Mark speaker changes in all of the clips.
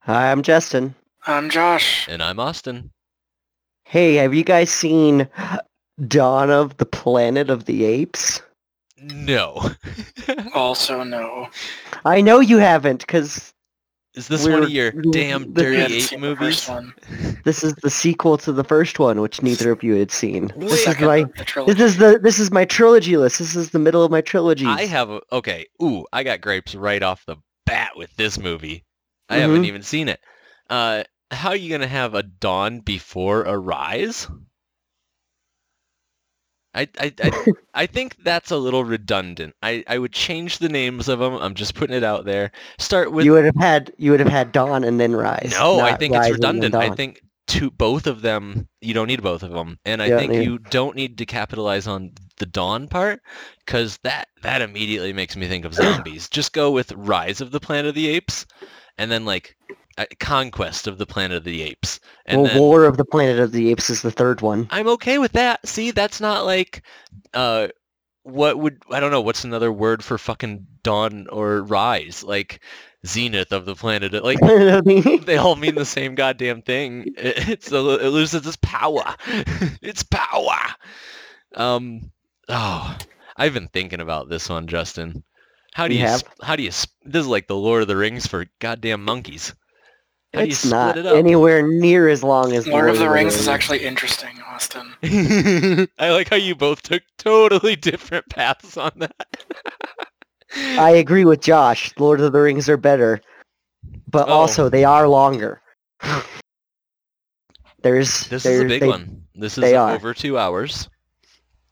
Speaker 1: Hi, I'm Justin.
Speaker 2: I'm Um, Josh.
Speaker 3: And I'm Austin.
Speaker 1: Hey, have you guys seen Dawn of the Planet of the Apes?
Speaker 3: No.
Speaker 2: Also, no.
Speaker 1: I know you haven't, because
Speaker 3: Is this
Speaker 1: We're-
Speaker 3: one of your damn
Speaker 1: the-
Speaker 2: We
Speaker 3: dirty
Speaker 2: haven't
Speaker 3: ape
Speaker 2: seen the first
Speaker 3: movies?
Speaker 2: one.
Speaker 1: this is the sequel to the first one, which neither of you had seen.
Speaker 3: Wait.
Speaker 1: This is
Speaker 2: Second
Speaker 1: my
Speaker 2: of the trilogy.
Speaker 1: this is the this is my trilogy list. This is the middle of my trilogy.
Speaker 3: I have a okay. Ooh, I got grapes right off the bat with this movie. I
Speaker 1: Mhm.
Speaker 3: haven't even seen it. Uh, how are you gonna have a dawn before a rise? I I I, I think that's a little redundant. I I would change the names of them. I'm just putting it out there. Start with
Speaker 1: you would have had you would have had Dawn and then Rise.
Speaker 3: no. I
Speaker 1: not
Speaker 3: think
Speaker 1: Rise
Speaker 3: it's
Speaker 1: and then
Speaker 3: redundant. I
Speaker 1: Dawn.
Speaker 3: think to both of them, you don't need both of them, and I
Speaker 1: Yeah,
Speaker 3: think
Speaker 1: yeah.
Speaker 3: you don't need to capitalize on the dawn part because that that immediately makes me think of zombies. Just go with Rise of the Planet of the Apes, and then like uh, Conquest of the Planet of the Apes, and
Speaker 1: well,
Speaker 3: then
Speaker 1: War of the Planet of the Apes is the third one.
Speaker 3: I'm okay with that. See, that's not like uh, what would I don't know what's another word for fucking dawn or rise like zenith of the planet like
Speaker 1: Planet of the-
Speaker 3: they all mean the same goddamn thing. It, it's a, it loses its power. it's power. Um. Oh, I've been thinking about this one, Justin. How do
Speaker 1: You
Speaker 3: you?
Speaker 1: have?
Speaker 3: sp- How do you? sp- This is like the Lord of the Rings for goddamn monkeys. How
Speaker 1: it's
Speaker 3: do you
Speaker 1: not
Speaker 3: split it up?
Speaker 1: anywhere near as long as
Speaker 2: Lord of the Rings is actually interesting, Austin.
Speaker 3: I like how you both took totally different paths on that.
Speaker 1: I agree with Josh. Lord of the Rings are better, but
Speaker 3: Oh.
Speaker 1: also they are longer. there's
Speaker 3: This is
Speaker 1: there's-
Speaker 3: a big
Speaker 1: they-
Speaker 3: one. This is
Speaker 1: they are.
Speaker 3: over two hours.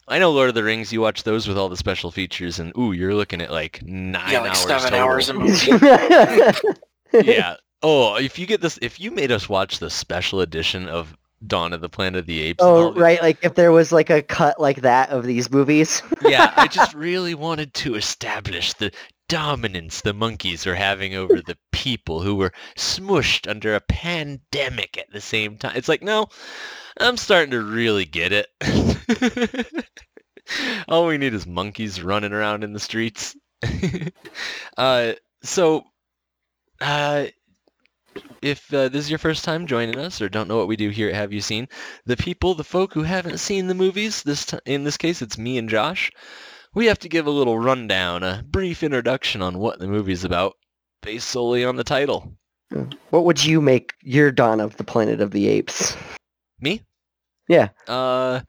Speaker 3: I know Lord of the Rings. You watch those with all the special features, and ooh, you're looking at like nine
Speaker 2: yeah, like
Speaker 3: hours.
Speaker 2: seven
Speaker 3: total.
Speaker 2: hours a movie.
Speaker 3: yeah. Oh, if you get this, if you made us watch the special edition of Dawn of the Planet of the Apes. and all
Speaker 1: oh
Speaker 3: the-
Speaker 1: right, like if there was like a cut like that of these movies.
Speaker 3: yeah, I just really wanted to establish the dominance the monkeys were having over the people who were smushed under a pandemic at the same time. It's like, no, I'm starting to really get it. All we need is monkeys running around in the streets. uh, so, uh, if uh, this is your first time joining us or don't know what we do here at Have You Seen, the people, the folk who haven't seen the movies, this t- in this case it's me and Josh, we have to give a little rundown, a brief introduction on what the movie's about, based solely on the title.
Speaker 1: What would you make your Dawn of the Planet of the Apes?
Speaker 3: Me?
Speaker 1: Yeah.
Speaker 3: Uh,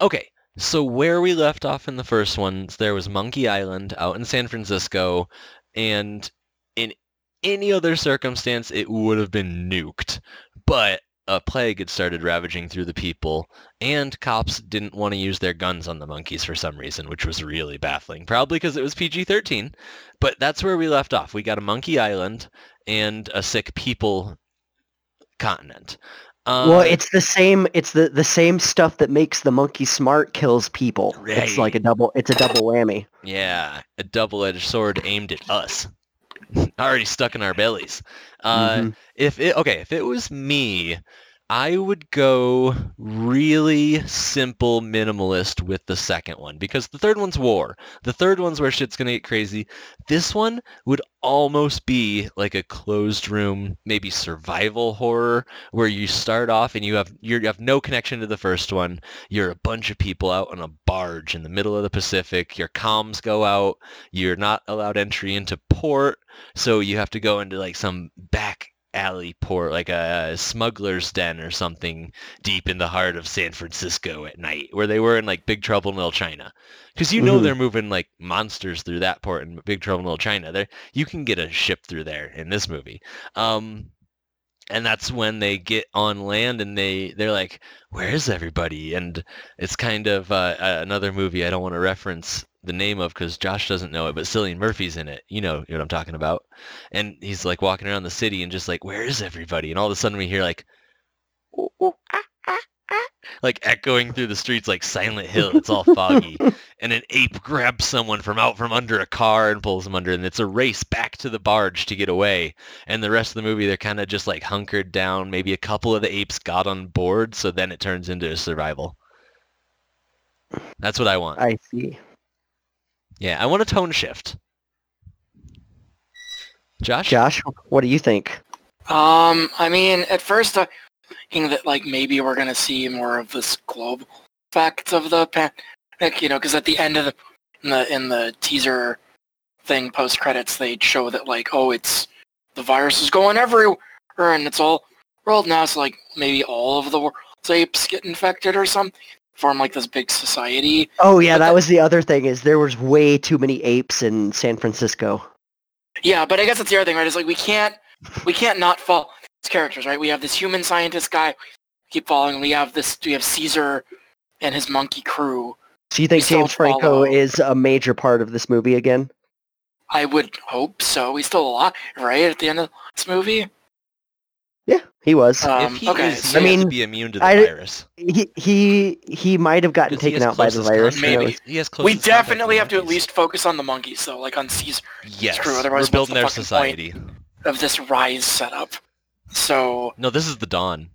Speaker 3: okay. So where we left off in the first one, there was Monkey Island out in San Francisco, and in any other circumstance, it would have been nuked. But a plague had started ravaging through the people, and cops didn't want to use their guns on the monkeys for some reason, which was really baffling. Probably because it was PG-13. But that's where we left off. We got a Monkey Island and a sick people continent. Uh,
Speaker 1: well, it's the same. It's the the same stuff that makes the monkey smart kills people. It's like a double. It's a double whammy.
Speaker 3: Yeah, a double-edged sword aimed at us. Already stuck in our bellies. Uh,
Speaker 1: Mhm.
Speaker 3: If it okay, if it was me, I would go really simple minimalist with the second one because the third one's war. The third one's where shit's gonna get crazy. This one would almost be like a closed room, maybe survival horror, where you start off and you have you're, you have no connection to the first one. You're a bunch of people out on a barge in the middle of the Pacific. Your comms go out. You're not allowed entry into port, so you have to go into like some back alley port, like a smuggler's den or something, deep in the heart of San Francisco at night, where they were in like Big Trouble in Little China. Because you know
Speaker 1: Mhm.
Speaker 3: they're moving like monsters through that port in Big Trouble in Little China. There, you can get a ship through there in this movie. Um, and that's when they get on land and they they're like where is everybody and it's kind of uh, uh, another movie i don't want to reference the name of because josh doesn't know it but cillian murphy's in it you know what i'm talking about and he's like walking around the city and just like where is everybody and all of a sudden we hear like "Ooh, ooh, ah, ah, ah," like echoing through the streets like silent hill it's all foggy and an ape grabs someone from out from under a car and pulls them under and it's a race back to the barge to get away and the rest of the movie they're kind of just like hunkered down maybe a couple of the apes got on board so then it turns into a survival that's what i want
Speaker 1: I see.
Speaker 3: yeah i want a tone shift josh
Speaker 1: Josh, what do you think?
Speaker 2: Um, I mean, at first I thinking that like maybe we're gonna see more of this global effect of the pandemic, you know, because at the end of the in the in the teaser thing post credits they show that like oh it's the virus is going everywhere and it's all world now it's like maybe all of the world's apes get infected or something form like this big society
Speaker 1: Oh yeah,
Speaker 2: But
Speaker 1: that
Speaker 2: the-
Speaker 1: was the other thing is there was way too many apes in San Francisco.
Speaker 2: Yeah, but I guess that's the other thing, right? It's like we can't we can't not follow these characters, right? We have this human scientist guy we keep following. We have this we have Caesar and his monkey crew.
Speaker 1: So you think
Speaker 2: still
Speaker 1: James Franco
Speaker 2: follow-
Speaker 1: is a major part of this movie again?
Speaker 2: I would hope so. He's still alive, right? At the end of this movie.
Speaker 1: Yeah, he was.
Speaker 2: Um,
Speaker 3: if he
Speaker 2: okay,
Speaker 3: is,
Speaker 2: so-
Speaker 1: I
Speaker 3: I mean,
Speaker 1: mean,
Speaker 3: to be immune to the
Speaker 1: I-
Speaker 3: virus.
Speaker 1: he he he might have gotten
Speaker 3: 'cause he
Speaker 1: taken
Speaker 3: has
Speaker 1: out by the
Speaker 3: closest
Speaker 1: virus.
Speaker 3: contact-
Speaker 1: who
Speaker 2: Maybe.
Speaker 1: knows?
Speaker 3: He has
Speaker 2: we
Speaker 3: closest contact
Speaker 2: definitely
Speaker 3: with
Speaker 2: have to at
Speaker 3: monkeys.
Speaker 2: least focus on the monkeys, though, like on Caesar
Speaker 3: Yes,
Speaker 2: True, otherwise
Speaker 3: we're
Speaker 2: what's
Speaker 3: building
Speaker 2: the
Speaker 3: their
Speaker 2: fucking point?
Speaker 3: society.
Speaker 2: of this Rise setup. So
Speaker 3: No, this is the dawn.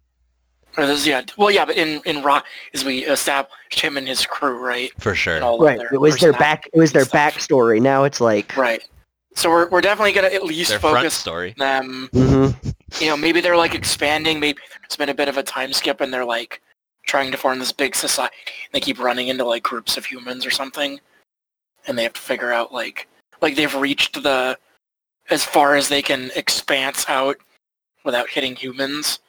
Speaker 2: or this, yeah, well, yeah, but in in Ra is we established him and his crew, right?
Speaker 3: For
Speaker 2: And
Speaker 3: sure.
Speaker 2: all of
Speaker 1: Right.
Speaker 2: their
Speaker 1: It was their
Speaker 2: personalities
Speaker 1: back. It was their
Speaker 2: and stuff.
Speaker 1: backstory. Now it's like.
Speaker 2: Right. So we're we're definitely gonna at least
Speaker 3: Their front
Speaker 2: focus
Speaker 3: story.
Speaker 2: them.
Speaker 1: hmm
Speaker 2: You know, maybe they're like expanding. Maybe it's been a bit of a time skip, and they're like trying to form this big society. They keep running into like groups of humans or something, and they have to figure out like like they've reached the as far as they can expanse out without hitting humans,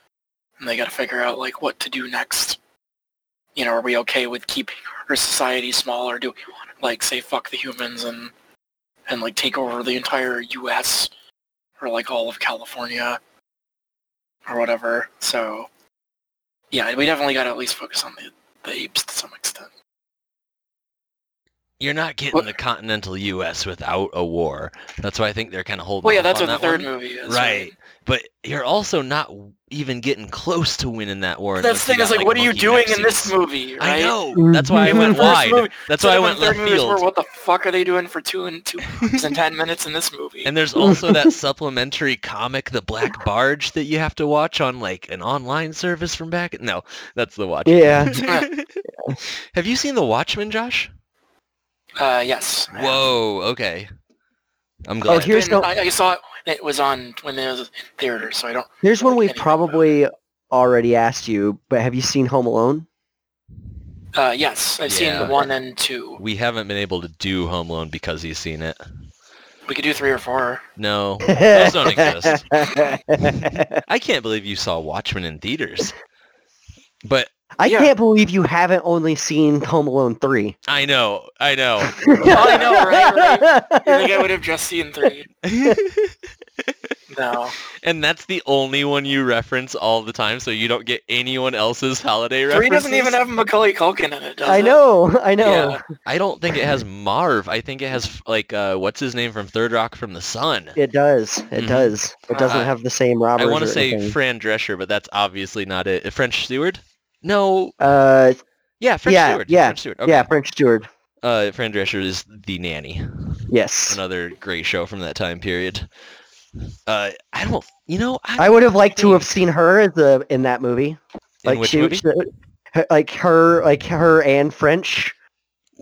Speaker 2: and they got to figure out like what to do next. You know, are we okay with keeping our society small, or do we want to like say fuck the humans and and like take over the entire U.S. or like all of California or whatever? So yeah, we definitely got to at least focus on the the apes to some extent.
Speaker 3: You're not getting
Speaker 2: What-
Speaker 3: the continental U.S. without a war. That's why I think they're kind of holding.
Speaker 2: Well, yeah,
Speaker 3: off
Speaker 2: that's
Speaker 3: on
Speaker 2: what the
Speaker 3: that
Speaker 2: third
Speaker 3: one.
Speaker 2: movie is.
Speaker 3: Right. But you're also not even getting close to winning that war.
Speaker 2: That's the
Speaker 3: unless you
Speaker 2: thing is
Speaker 3: got,
Speaker 2: like, what are you
Speaker 3: monkey
Speaker 2: doing in
Speaker 3: nemesis.
Speaker 2: this movie? Right?
Speaker 3: I know. That's why I
Speaker 2: Mhm.
Speaker 3: went
Speaker 2: First
Speaker 3: wide.
Speaker 2: movie-
Speaker 3: That's why
Speaker 2: Instead
Speaker 3: I
Speaker 2: of
Speaker 3: went
Speaker 2: in third
Speaker 3: left
Speaker 2: movies where
Speaker 3: field.
Speaker 2: What the fuck are they doing for two and two hours and ten minutes in this movie?
Speaker 3: And there's also that supplementary comic, The Black Barge, that you have to watch on like an online service from back. No, that's the Watch.
Speaker 1: Yeah.
Speaker 3: have you seen The Watchmen, Josh?
Speaker 2: uh, yes. I have.
Speaker 3: Whoa. Okay. I'm glad.
Speaker 1: Oh, here- Here's
Speaker 2: Been-
Speaker 1: no-
Speaker 2: I, I saw it. when It was on when it was in theater, so I don't.
Speaker 1: Here's one
Speaker 2: Like
Speaker 1: we've
Speaker 2: anything
Speaker 1: probably already asked you, but have you seen Home Alone?
Speaker 2: Uh, yes, I've seen
Speaker 3: Yeah.
Speaker 2: the one and two.
Speaker 3: we haven't been able to do Home Alone because he's seen it.
Speaker 2: We could do three or four. Oh,
Speaker 3: No, those don't exist. I can't believe you saw Watchmen in theaters. But
Speaker 1: I
Speaker 2: Yeah.
Speaker 1: can't believe you haven't only seen Home Alone 3.
Speaker 3: I know, I know.
Speaker 2: Oh, I know, right, You think I would have just seen three? No.
Speaker 3: and that's the only one you reference all the time, so you don't get anyone else's holiday references.
Speaker 2: Three doesn't even have Macaulay Culkin in it, does
Speaker 1: I
Speaker 2: it?
Speaker 1: know, I know.
Speaker 2: Yeah.
Speaker 3: I don't think it has Marv. I think it has like uh, what's his name from Third Rock from the Sun.
Speaker 1: It does. It
Speaker 3: Mhm.
Speaker 1: does. It doesn't
Speaker 3: Uh,
Speaker 1: have the same Robert.
Speaker 3: I want to say Fran Drescher, but that's obviously not it. French Stewart? No.
Speaker 1: uh,
Speaker 3: Yeah, French
Speaker 1: Yeah,
Speaker 3: Stewart.
Speaker 1: yeah,
Speaker 3: French Stewart. Okay.
Speaker 1: yeah, French Steward.
Speaker 3: Uh, Fran Drescher is the nanny.
Speaker 1: Yes,
Speaker 3: Another great show from that time period. Uh, I don't. You know, I,
Speaker 1: I would have liked to
Speaker 3: think-
Speaker 1: have seen her as the in that movie.
Speaker 3: in
Speaker 1: Like
Speaker 3: which
Speaker 1: she,
Speaker 3: movie?
Speaker 1: she- her- like her, like her and French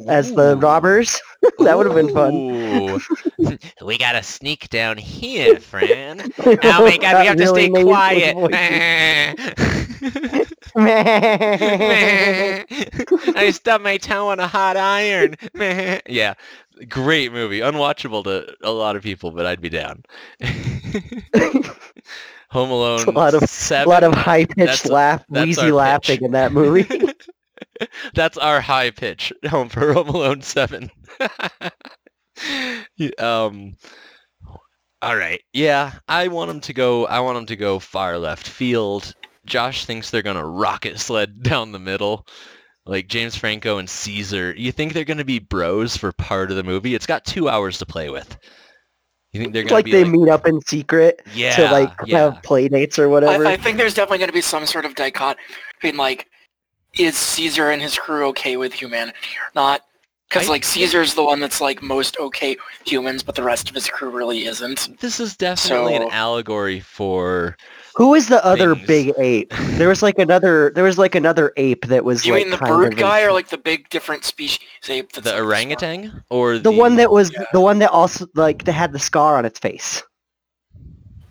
Speaker 1: as the
Speaker 3: Ooh.
Speaker 1: robbers. that would have been fun.
Speaker 3: Ooh. we gotta sneak down here, Fran. Oh my god,
Speaker 1: That
Speaker 3: we have to
Speaker 1: really
Speaker 3: stay
Speaker 1: made those
Speaker 3: quiet.
Speaker 1: voices.
Speaker 3: I stubbed my toe on a hot iron. yeah, great movie. Unwatchable to a lot of people, but I'd be down. Home Alone.
Speaker 1: a lot of- A
Speaker 3: seven.
Speaker 1: lot of high pitched
Speaker 3: That's-
Speaker 1: laugh,
Speaker 3: that's
Speaker 1: wheezy
Speaker 3: our
Speaker 1: laughing
Speaker 3: pitch.
Speaker 1: in that movie.
Speaker 3: That's our high pitch home for Home Alone Seven. Yeah, um, all right, yeah, I want them to go. I want them to go far left field. Josh thinks they're gonna rocket sled down the middle, like James Franco and Caesar. You think they're gonna be bros for part of the movie? It's got two hours to play with. You think they're
Speaker 1: It's
Speaker 3: gonna
Speaker 1: like
Speaker 3: be
Speaker 1: they
Speaker 3: like,
Speaker 1: meet up in secret
Speaker 3: yeah,
Speaker 1: to like uh,
Speaker 3: yeah.
Speaker 1: have play dates or whatever.
Speaker 2: I, I think there's definitely going to be some sort of dichot between like, is Caesar and his crew okay with humanity or not? Because
Speaker 3: I-
Speaker 2: like Caesar's the one that's like most okay with humans, but the rest of his crew really isn't.
Speaker 3: This is definitely
Speaker 2: So-
Speaker 3: an allegory for.
Speaker 1: Who was the other
Speaker 3: things.
Speaker 1: big ape? There was like another. There was like another ape that was
Speaker 2: Do you
Speaker 1: like
Speaker 2: mean the
Speaker 1: kind
Speaker 2: bird
Speaker 1: of
Speaker 2: guy
Speaker 1: in-
Speaker 2: or like the big different species ape? That's
Speaker 3: the
Speaker 2: like,
Speaker 3: orangutan or
Speaker 1: the one that was
Speaker 2: yeah.
Speaker 1: the one that also like that had the scar on its face.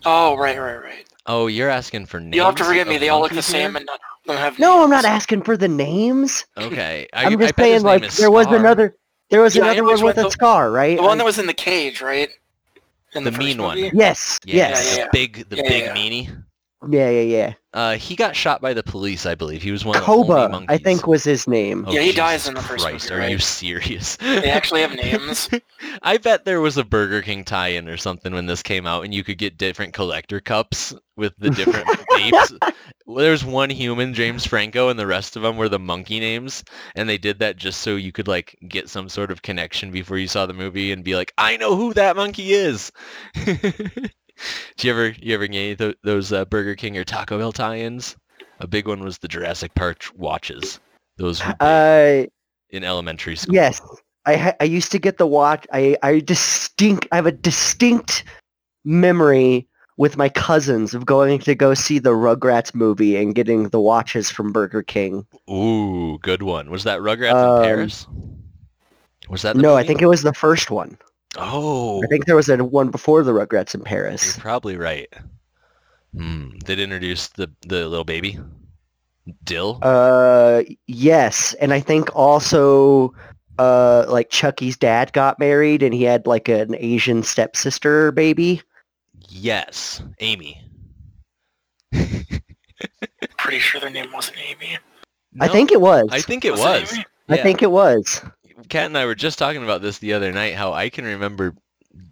Speaker 2: smart? Oh right, right, right.
Speaker 3: Oh, you're asking for names.
Speaker 2: You'll have to forgive
Speaker 3: of
Speaker 2: me. They all look the
Speaker 3: monkeys
Speaker 2: same
Speaker 3: here?
Speaker 2: and not, don't have.
Speaker 1: No, I'm not
Speaker 2: names.
Speaker 1: asking for the names.
Speaker 3: Okay, I,
Speaker 1: I, am
Speaker 3: I
Speaker 1: just
Speaker 3: bet
Speaker 1: saying,
Speaker 3: his
Speaker 1: like,
Speaker 3: name is
Speaker 1: there was
Speaker 3: Scar.
Speaker 1: another, there was
Speaker 2: Yeah, I
Speaker 1: another
Speaker 2: always
Speaker 1: one with
Speaker 2: went
Speaker 1: a scar, right?
Speaker 2: The one
Speaker 1: Like-
Speaker 2: that was in the cage, right? In
Speaker 3: The mean one.
Speaker 2: movie?
Speaker 1: yes,
Speaker 3: Yeah,
Speaker 1: yes,
Speaker 3: the
Speaker 2: yeah, yeah.
Speaker 3: big, the
Speaker 2: Yeah,
Speaker 3: big
Speaker 2: yeah,
Speaker 3: meanie.
Speaker 1: yeah, yeah, yeah.
Speaker 3: Uh, he got shot by the police, I believe. He was one of the only
Speaker 1: Koba,
Speaker 3: monkeys.
Speaker 1: I think, was his name.
Speaker 3: Oh,
Speaker 2: Yeah, he
Speaker 3: Jesus
Speaker 2: dies in the first
Speaker 3: Christ,
Speaker 2: movie,
Speaker 3: Are you
Speaker 2: right?
Speaker 3: serious?
Speaker 2: They actually have names.
Speaker 3: I bet there was a Burger King tie-in or something when this came out, and you could get different collector cups with the different names. Well, There's one human, James Franco, and the rest of them were the monkey names, and they did that just so you could like get some sort of connection before you saw the movie and be like, I know who that monkey is. Do you ever you ever get any of tho- those uh, Burger King or Taco Bell tie-ins? A big one was the Jurassic Park watches. Those were big
Speaker 1: Uh,
Speaker 3: in elementary school.
Speaker 1: yes, I ha- I used to get the watch. I I distinct, I have a distinct memory with my cousins of going to go see the Rugrats movie and getting the watches from Burger King.
Speaker 3: Ooh, good one. Was that Rugrats
Speaker 1: Um,
Speaker 3: in Paris? Was that the
Speaker 1: No, I
Speaker 3: movie?
Speaker 1: think it was the first one.
Speaker 3: Oh,
Speaker 1: I think there was a one before the Rugrats in
Speaker 3: you're
Speaker 1: Paris.
Speaker 3: probably right. Hmm. That introduced the the little baby, Dill.
Speaker 1: Uh, yes, and I think also, uh, like Chucky's dad got married, and he had like an Asian stepsister baby.
Speaker 3: yes, Amy.
Speaker 2: Pretty sure their name wasn't Amy.
Speaker 1: I think it was.
Speaker 3: I think it
Speaker 2: Was
Speaker 3: was.
Speaker 2: it Amy?
Speaker 1: I
Speaker 3: Yeah.
Speaker 1: think it was.
Speaker 3: Kat and I were just talking about this the other night. How I can remember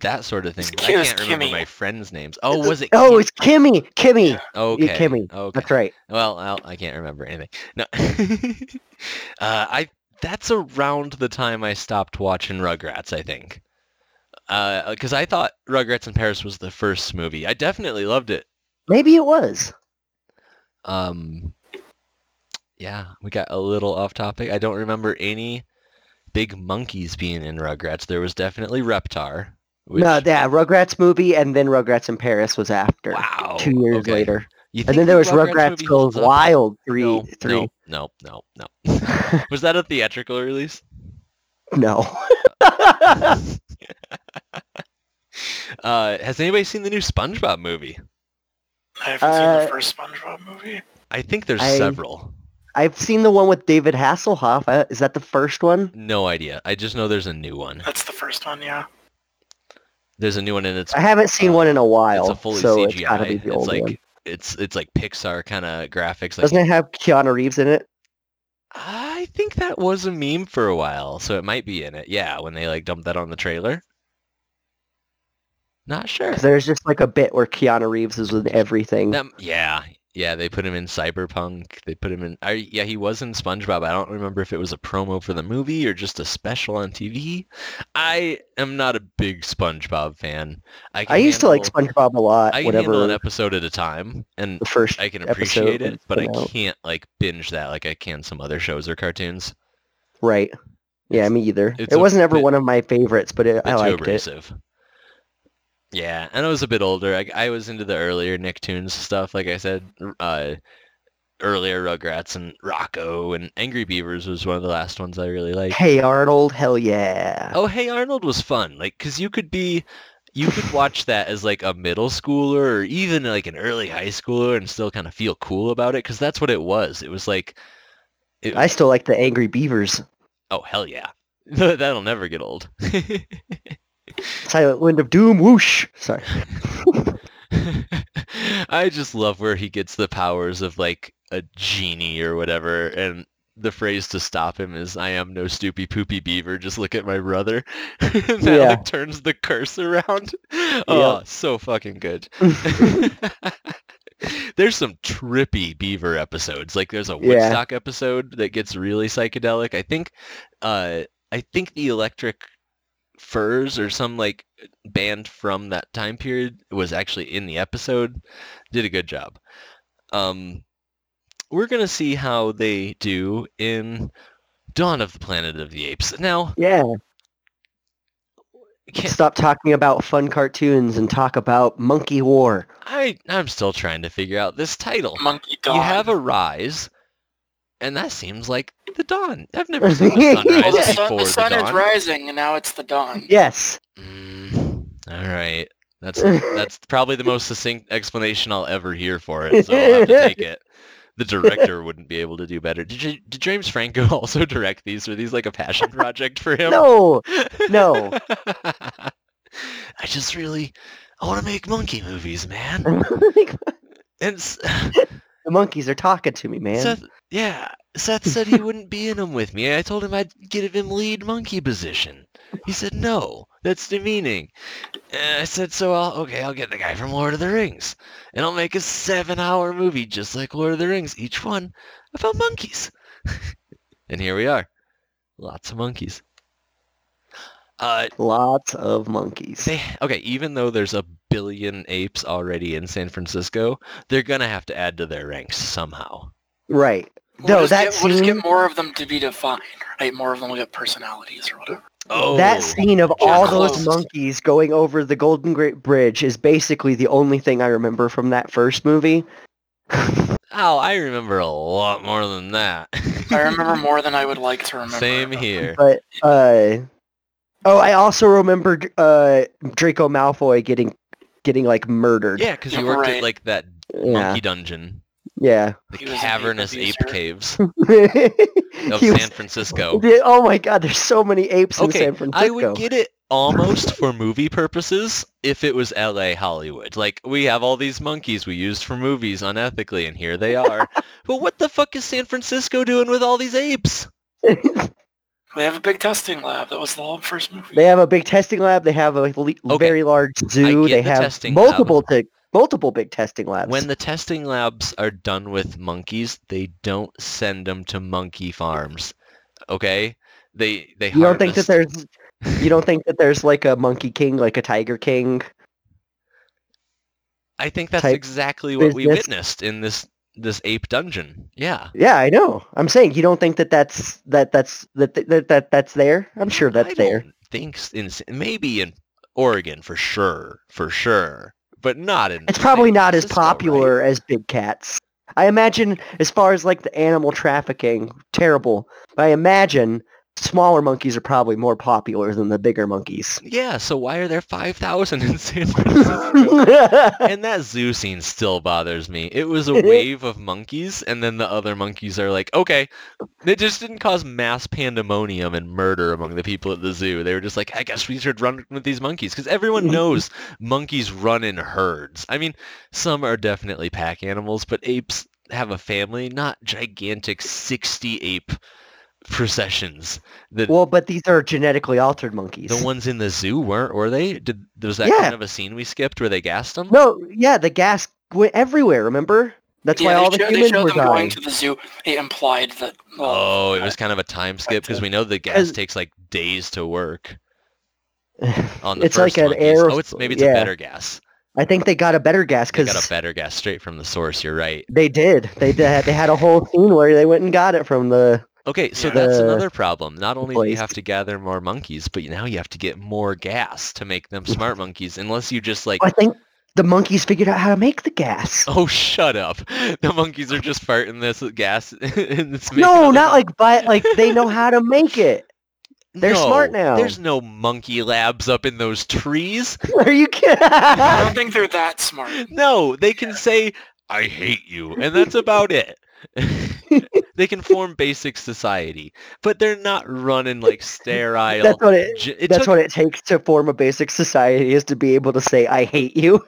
Speaker 3: that sort of thing.
Speaker 2: It's
Speaker 3: but I
Speaker 2: Kim- it's
Speaker 3: can't remember
Speaker 2: Kimmy.
Speaker 3: my friends' names. Oh,
Speaker 1: It's-
Speaker 3: was it?
Speaker 1: Oh,
Speaker 3: Kim-
Speaker 1: it's Kimmy. Kimmy.
Speaker 3: okay.
Speaker 1: Kimmy.
Speaker 3: Okay.
Speaker 1: That's right.
Speaker 3: Well, I'll, I can't remember anything. No, uh, I that's around the time I stopped watching Rugrats. I think because I thought Rugrats in Paris was the first movie. I definitely loved it.
Speaker 1: Maybe it was.
Speaker 3: Um, yeah, we got a little off topic. I don't remember any big monkeys being in Rugrats. There was definitely Reptar. Which,
Speaker 1: No, yeah, Rugrats movie, and then Rugrats in Paris was after.
Speaker 3: Wow,
Speaker 1: Two years
Speaker 3: okay.
Speaker 1: later,
Speaker 3: You
Speaker 1: and
Speaker 3: think
Speaker 1: then
Speaker 3: the
Speaker 1: there was Rugrats,
Speaker 3: movie
Speaker 1: Goes
Speaker 3: holds up?
Speaker 1: Wild three
Speaker 3: uh, No,
Speaker 1: three.
Speaker 3: No, no, no, no. was that a theatrical release?
Speaker 1: No.
Speaker 3: Uh, has anybody seen the new SpongeBob movie?
Speaker 2: I haven't seen
Speaker 1: Uh,
Speaker 2: the first SpongeBob movie.
Speaker 3: I think there's
Speaker 1: I-
Speaker 3: several.
Speaker 1: I've seen the one with David Hasselhoff. Uh, Is that the first one?
Speaker 3: No idea. I just know there's a new one.
Speaker 2: That's the first one, yeah.
Speaker 3: There's a new one, and it's
Speaker 1: I haven't seen one in a while,
Speaker 3: Uh, it's a fully
Speaker 1: so it's gotta
Speaker 3: CGI.
Speaker 1: be the
Speaker 3: it's
Speaker 1: old
Speaker 3: like
Speaker 1: one.
Speaker 3: it's it's like Pixar kind of graphics. Like
Speaker 1: Doesn't it have Keanu Reeves in it?
Speaker 3: I think that was a meme for a while, so it might be in it. Yeah, when they like dumped that on the trailer. Not sure.
Speaker 1: 'Cause there's just like a bit where Keanu Reeves is in everything.
Speaker 3: That- yeah, yeah. They put him in Cyberpunk. They put him in. I, yeah, he was in SpongeBob. I don't remember if it was a promo for the movie or just a special on TV. I am not a big SpongeBob fan. I, can
Speaker 1: I used to like
Speaker 3: handle-
Speaker 1: SpongeBob a lot.
Speaker 3: I can handle an
Speaker 1: whenever
Speaker 3: episode at a time, and
Speaker 1: the first
Speaker 3: I can
Speaker 1: episode
Speaker 3: appreciate
Speaker 1: when
Speaker 3: it, but I
Speaker 1: came out.
Speaker 3: can't like binge that like I can some other shows or cartoons.
Speaker 1: Right. Yeah, me either.
Speaker 3: it's
Speaker 1: It
Speaker 3: a
Speaker 1: wasn't ever
Speaker 3: bit-
Speaker 1: one of my favorites, but it,
Speaker 3: They're
Speaker 1: I
Speaker 3: too
Speaker 1: liked it.
Speaker 3: abrasive. Yeah, and I was a bit older. I, I was into the earlier Nicktoons stuff, like I said, r- uh, earlier Rugrats and Rocco and Angry Beavers was one of the last ones I really liked.
Speaker 1: Hey uh Arnold, hell yeah.
Speaker 3: Oh, Hey Arnold was fun, like because you could be, you could watch that as like a middle schooler or even like an early high schooler and still kind of feel cool about it because that's what it was. It was like, it,
Speaker 1: I still like the Angry Beavers.
Speaker 3: oh hell yeah, that'll never get old.
Speaker 1: Silent Wind of Doom, whoosh. Sorry.
Speaker 3: I just love where he gets the powers of like a genie or whatever, and the phrase to stop him is "I am no stoopy poopy beaver. Just look at my brother." and that
Speaker 1: Yeah.
Speaker 3: like turns the curse around. Oh, so fucking good. there's some trippy beaver episodes. Like there's a
Speaker 1: Yeah.
Speaker 3: Woodstock episode that gets really psychedelic. I think, uh, I think the Electric Furs or some like band from that time period was actually in the episode did a good job um we're gonna see how they do in dawn of the planet of the apes now
Speaker 1: Yeah.
Speaker 3: can,
Speaker 1: Stop talking about fun cartoons and talk about Monkey War.
Speaker 3: i i'm still trying to figure out this title
Speaker 2: Monkey Dog.
Speaker 3: you have a rise and that seems like the dawn i've never seen the sunrise
Speaker 2: well, the sun,
Speaker 3: before
Speaker 2: the sun
Speaker 3: the
Speaker 2: is
Speaker 3: dawn
Speaker 2: rising, and now it's the dawn.
Speaker 1: Yes.
Speaker 3: Mm, all right. That's that's probably the most succinct explanation I'll ever hear for it. So I'll have to take it. The director wouldn't be able to do better. Did, you, did James Franco also direct these? Were these like a passion project for him?
Speaker 1: No, no.
Speaker 3: I just really, I want to make monkey movies, man.
Speaker 1: the
Speaker 3: And s-
Speaker 1: monkeys are talking to me, man.
Speaker 3: Seth, yeah, Seth said he wouldn't be in them with me. I told him I'd give him lead monkey position. He said no, that's demeaning. And I said, so I'll okay, I'll get the guy from Lord of the Rings, and I'll make a seven-hour movie just like Lord of the Rings, each one about monkeys. and here we are, lots of monkeys. Uh,
Speaker 1: Lots of monkeys.
Speaker 3: they okay, even though there's a billion apes already in San Francisco, they're gonna have to add to their ranks somehow.
Speaker 1: Right.
Speaker 2: We'll
Speaker 1: No,
Speaker 2: just
Speaker 1: that
Speaker 2: get, we'll just
Speaker 1: scene-
Speaker 2: get more of them to be defined. Right, more of them will get personalities or whatever.
Speaker 3: Oh,
Speaker 1: that scene of all those
Speaker 2: close.
Speaker 1: monkeys going over the Golden Gate Bridge is basically the only thing I remember from that first movie.
Speaker 3: Oh, I remember a lot more than that.
Speaker 2: I remember more than I would like to remember.
Speaker 3: Same here.
Speaker 1: But uh, oh, I also remember uh, Draco Malfoy getting getting like murdered.
Speaker 3: Yeah, because you
Speaker 2: Yeah,
Speaker 3: worked at
Speaker 2: right.
Speaker 3: like that
Speaker 1: yeah,
Speaker 3: monkey dungeon,
Speaker 1: yeah.
Speaker 3: the
Speaker 2: He was an ape
Speaker 3: cavernous ape,
Speaker 2: abuser.
Speaker 3: caves of
Speaker 1: He was-
Speaker 3: San Francisco.
Speaker 1: Yeah, oh my God! There's so many apes
Speaker 3: Okay,
Speaker 1: in San Francisco.
Speaker 3: I would get it almost for movie purposes if it was L.A. Hollywood. Like we have all these monkeys we used for movies unethically, and here they are. but what the fuck is San Francisco doing with all these apes?
Speaker 2: They have a big testing lab. That was the whole first movie.
Speaker 1: They have a big testing lab. They have a le- very large zoo.
Speaker 3: get
Speaker 1: They
Speaker 3: the
Speaker 1: have
Speaker 3: testing lab.
Speaker 1: multiple ti- multiple big testing labs.
Speaker 3: When the testing labs are done with monkeys, they don't send them to monkey farms. Okay? They they
Speaker 1: you don't think that
Speaker 3: harvest-
Speaker 1: there's you don't think that there's like a monkey king, like a tiger king.
Speaker 3: I think that's
Speaker 1: type
Speaker 3: exactly what we
Speaker 1: business?
Speaker 3: witnessed in this this ape dungeon. Yeah.
Speaker 1: Yeah, I know. I'm saying you don't think that that's that that's that that, that that's there. I'm sure that's
Speaker 3: I
Speaker 1: there.
Speaker 3: don't think s- in s- maybe in Oregon for sure, for sure, but not in
Speaker 1: It's
Speaker 3: San
Speaker 1: probably not as
Speaker 3: Francisco, right?
Speaker 1: popular as big cats. I imagine as far as like the animal trafficking, terrible. But I imagine smaller monkeys are probably more popular than the bigger monkeys.
Speaker 3: Yeah, so why are there 5,000 in San Francisco? and that zoo scene still bothers me. It was a wave of monkeys, and then the other monkeys are like, okay. It just didn't cause mass pandemonium and murder among the people at the zoo. They were just like, I guess we should run with these monkeys, because everyone knows monkeys run in herds. I mean, some are definitely pack animals, but apes have a family, not gigantic 60 ape processions. The,
Speaker 1: well, but these are genetically altered monkeys.
Speaker 3: the ones in the zoo weren't, were they? Did, was that
Speaker 1: Yeah.
Speaker 3: kind of a scene we skipped where they gassed them?
Speaker 1: no, yeah, the gas went everywhere. Remember? That's
Speaker 2: yeah,
Speaker 1: why
Speaker 2: they
Speaker 1: all the
Speaker 2: show- they
Speaker 1: humans
Speaker 2: showed
Speaker 1: were
Speaker 2: them going
Speaker 1: dying.
Speaker 2: to the zoo. It implied that. Well,
Speaker 3: Oh, it was kind of a time skip because we know the gas
Speaker 1: 'Cause-
Speaker 3: takes like days to work on the
Speaker 1: It's like
Speaker 3: first
Speaker 1: an
Speaker 3: monkeys.
Speaker 1: aer-
Speaker 3: Oh, it's maybe it's a
Speaker 1: yeah.
Speaker 3: better gas.
Speaker 1: I think they got a better gas
Speaker 3: They
Speaker 1: because
Speaker 3: got a better gas straight from the source. You're right.
Speaker 1: They did. They did. They had a whole scene where they went and got it from the.
Speaker 3: Okay, so
Speaker 2: Yeah.
Speaker 3: that's
Speaker 1: The
Speaker 3: another problem. Not only do you
Speaker 1: place.
Speaker 3: have to gather more monkeys, but now you have to get more gas to make them smart monkeys. Unless you just like,
Speaker 1: I think the monkeys figured out how to make the gas.
Speaker 3: oh, shut up. The monkeys are just farting this gas. and it's making
Speaker 1: no,
Speaker 3: other
Speaker 1: not
Speaker 3: mon-
Speaker 1: like but like they know how to make it. they're smart
Speaker 3: No,
Speaker 1: now.
Speaker 3: There's no monkey labs up in those trees.
Speaker 1: Are you
Speaker 2: I
Speaker 1: kidding?
Speaker 2: don't think they're that smart.
Speaker 3: No, they can say, I hate you, and that's about it. they can form basic society, but they're not running like sterile.
Speaker 1: That's what it.
Speaker 3: J- it
Speaker 1: that's
Speaker 3: took
Speaker 1: what it takes to form a basic society is to be able to say I hate you.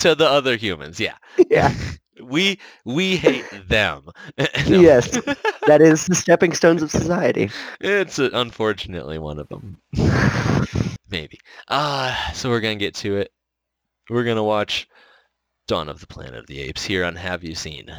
Speaker 3: to the other humans, yeah.
Speaker 1: yeah,
Speaker 3: We we hate them. No.
Speaker 1: Yes. that is the stepping stones of society.
Speaker 3: It's uh, unfortunately one of them. Maybe. Uh, so we're going to get to it. We're going to watch Dawn of the Planet of the Apes here on Have You Seen?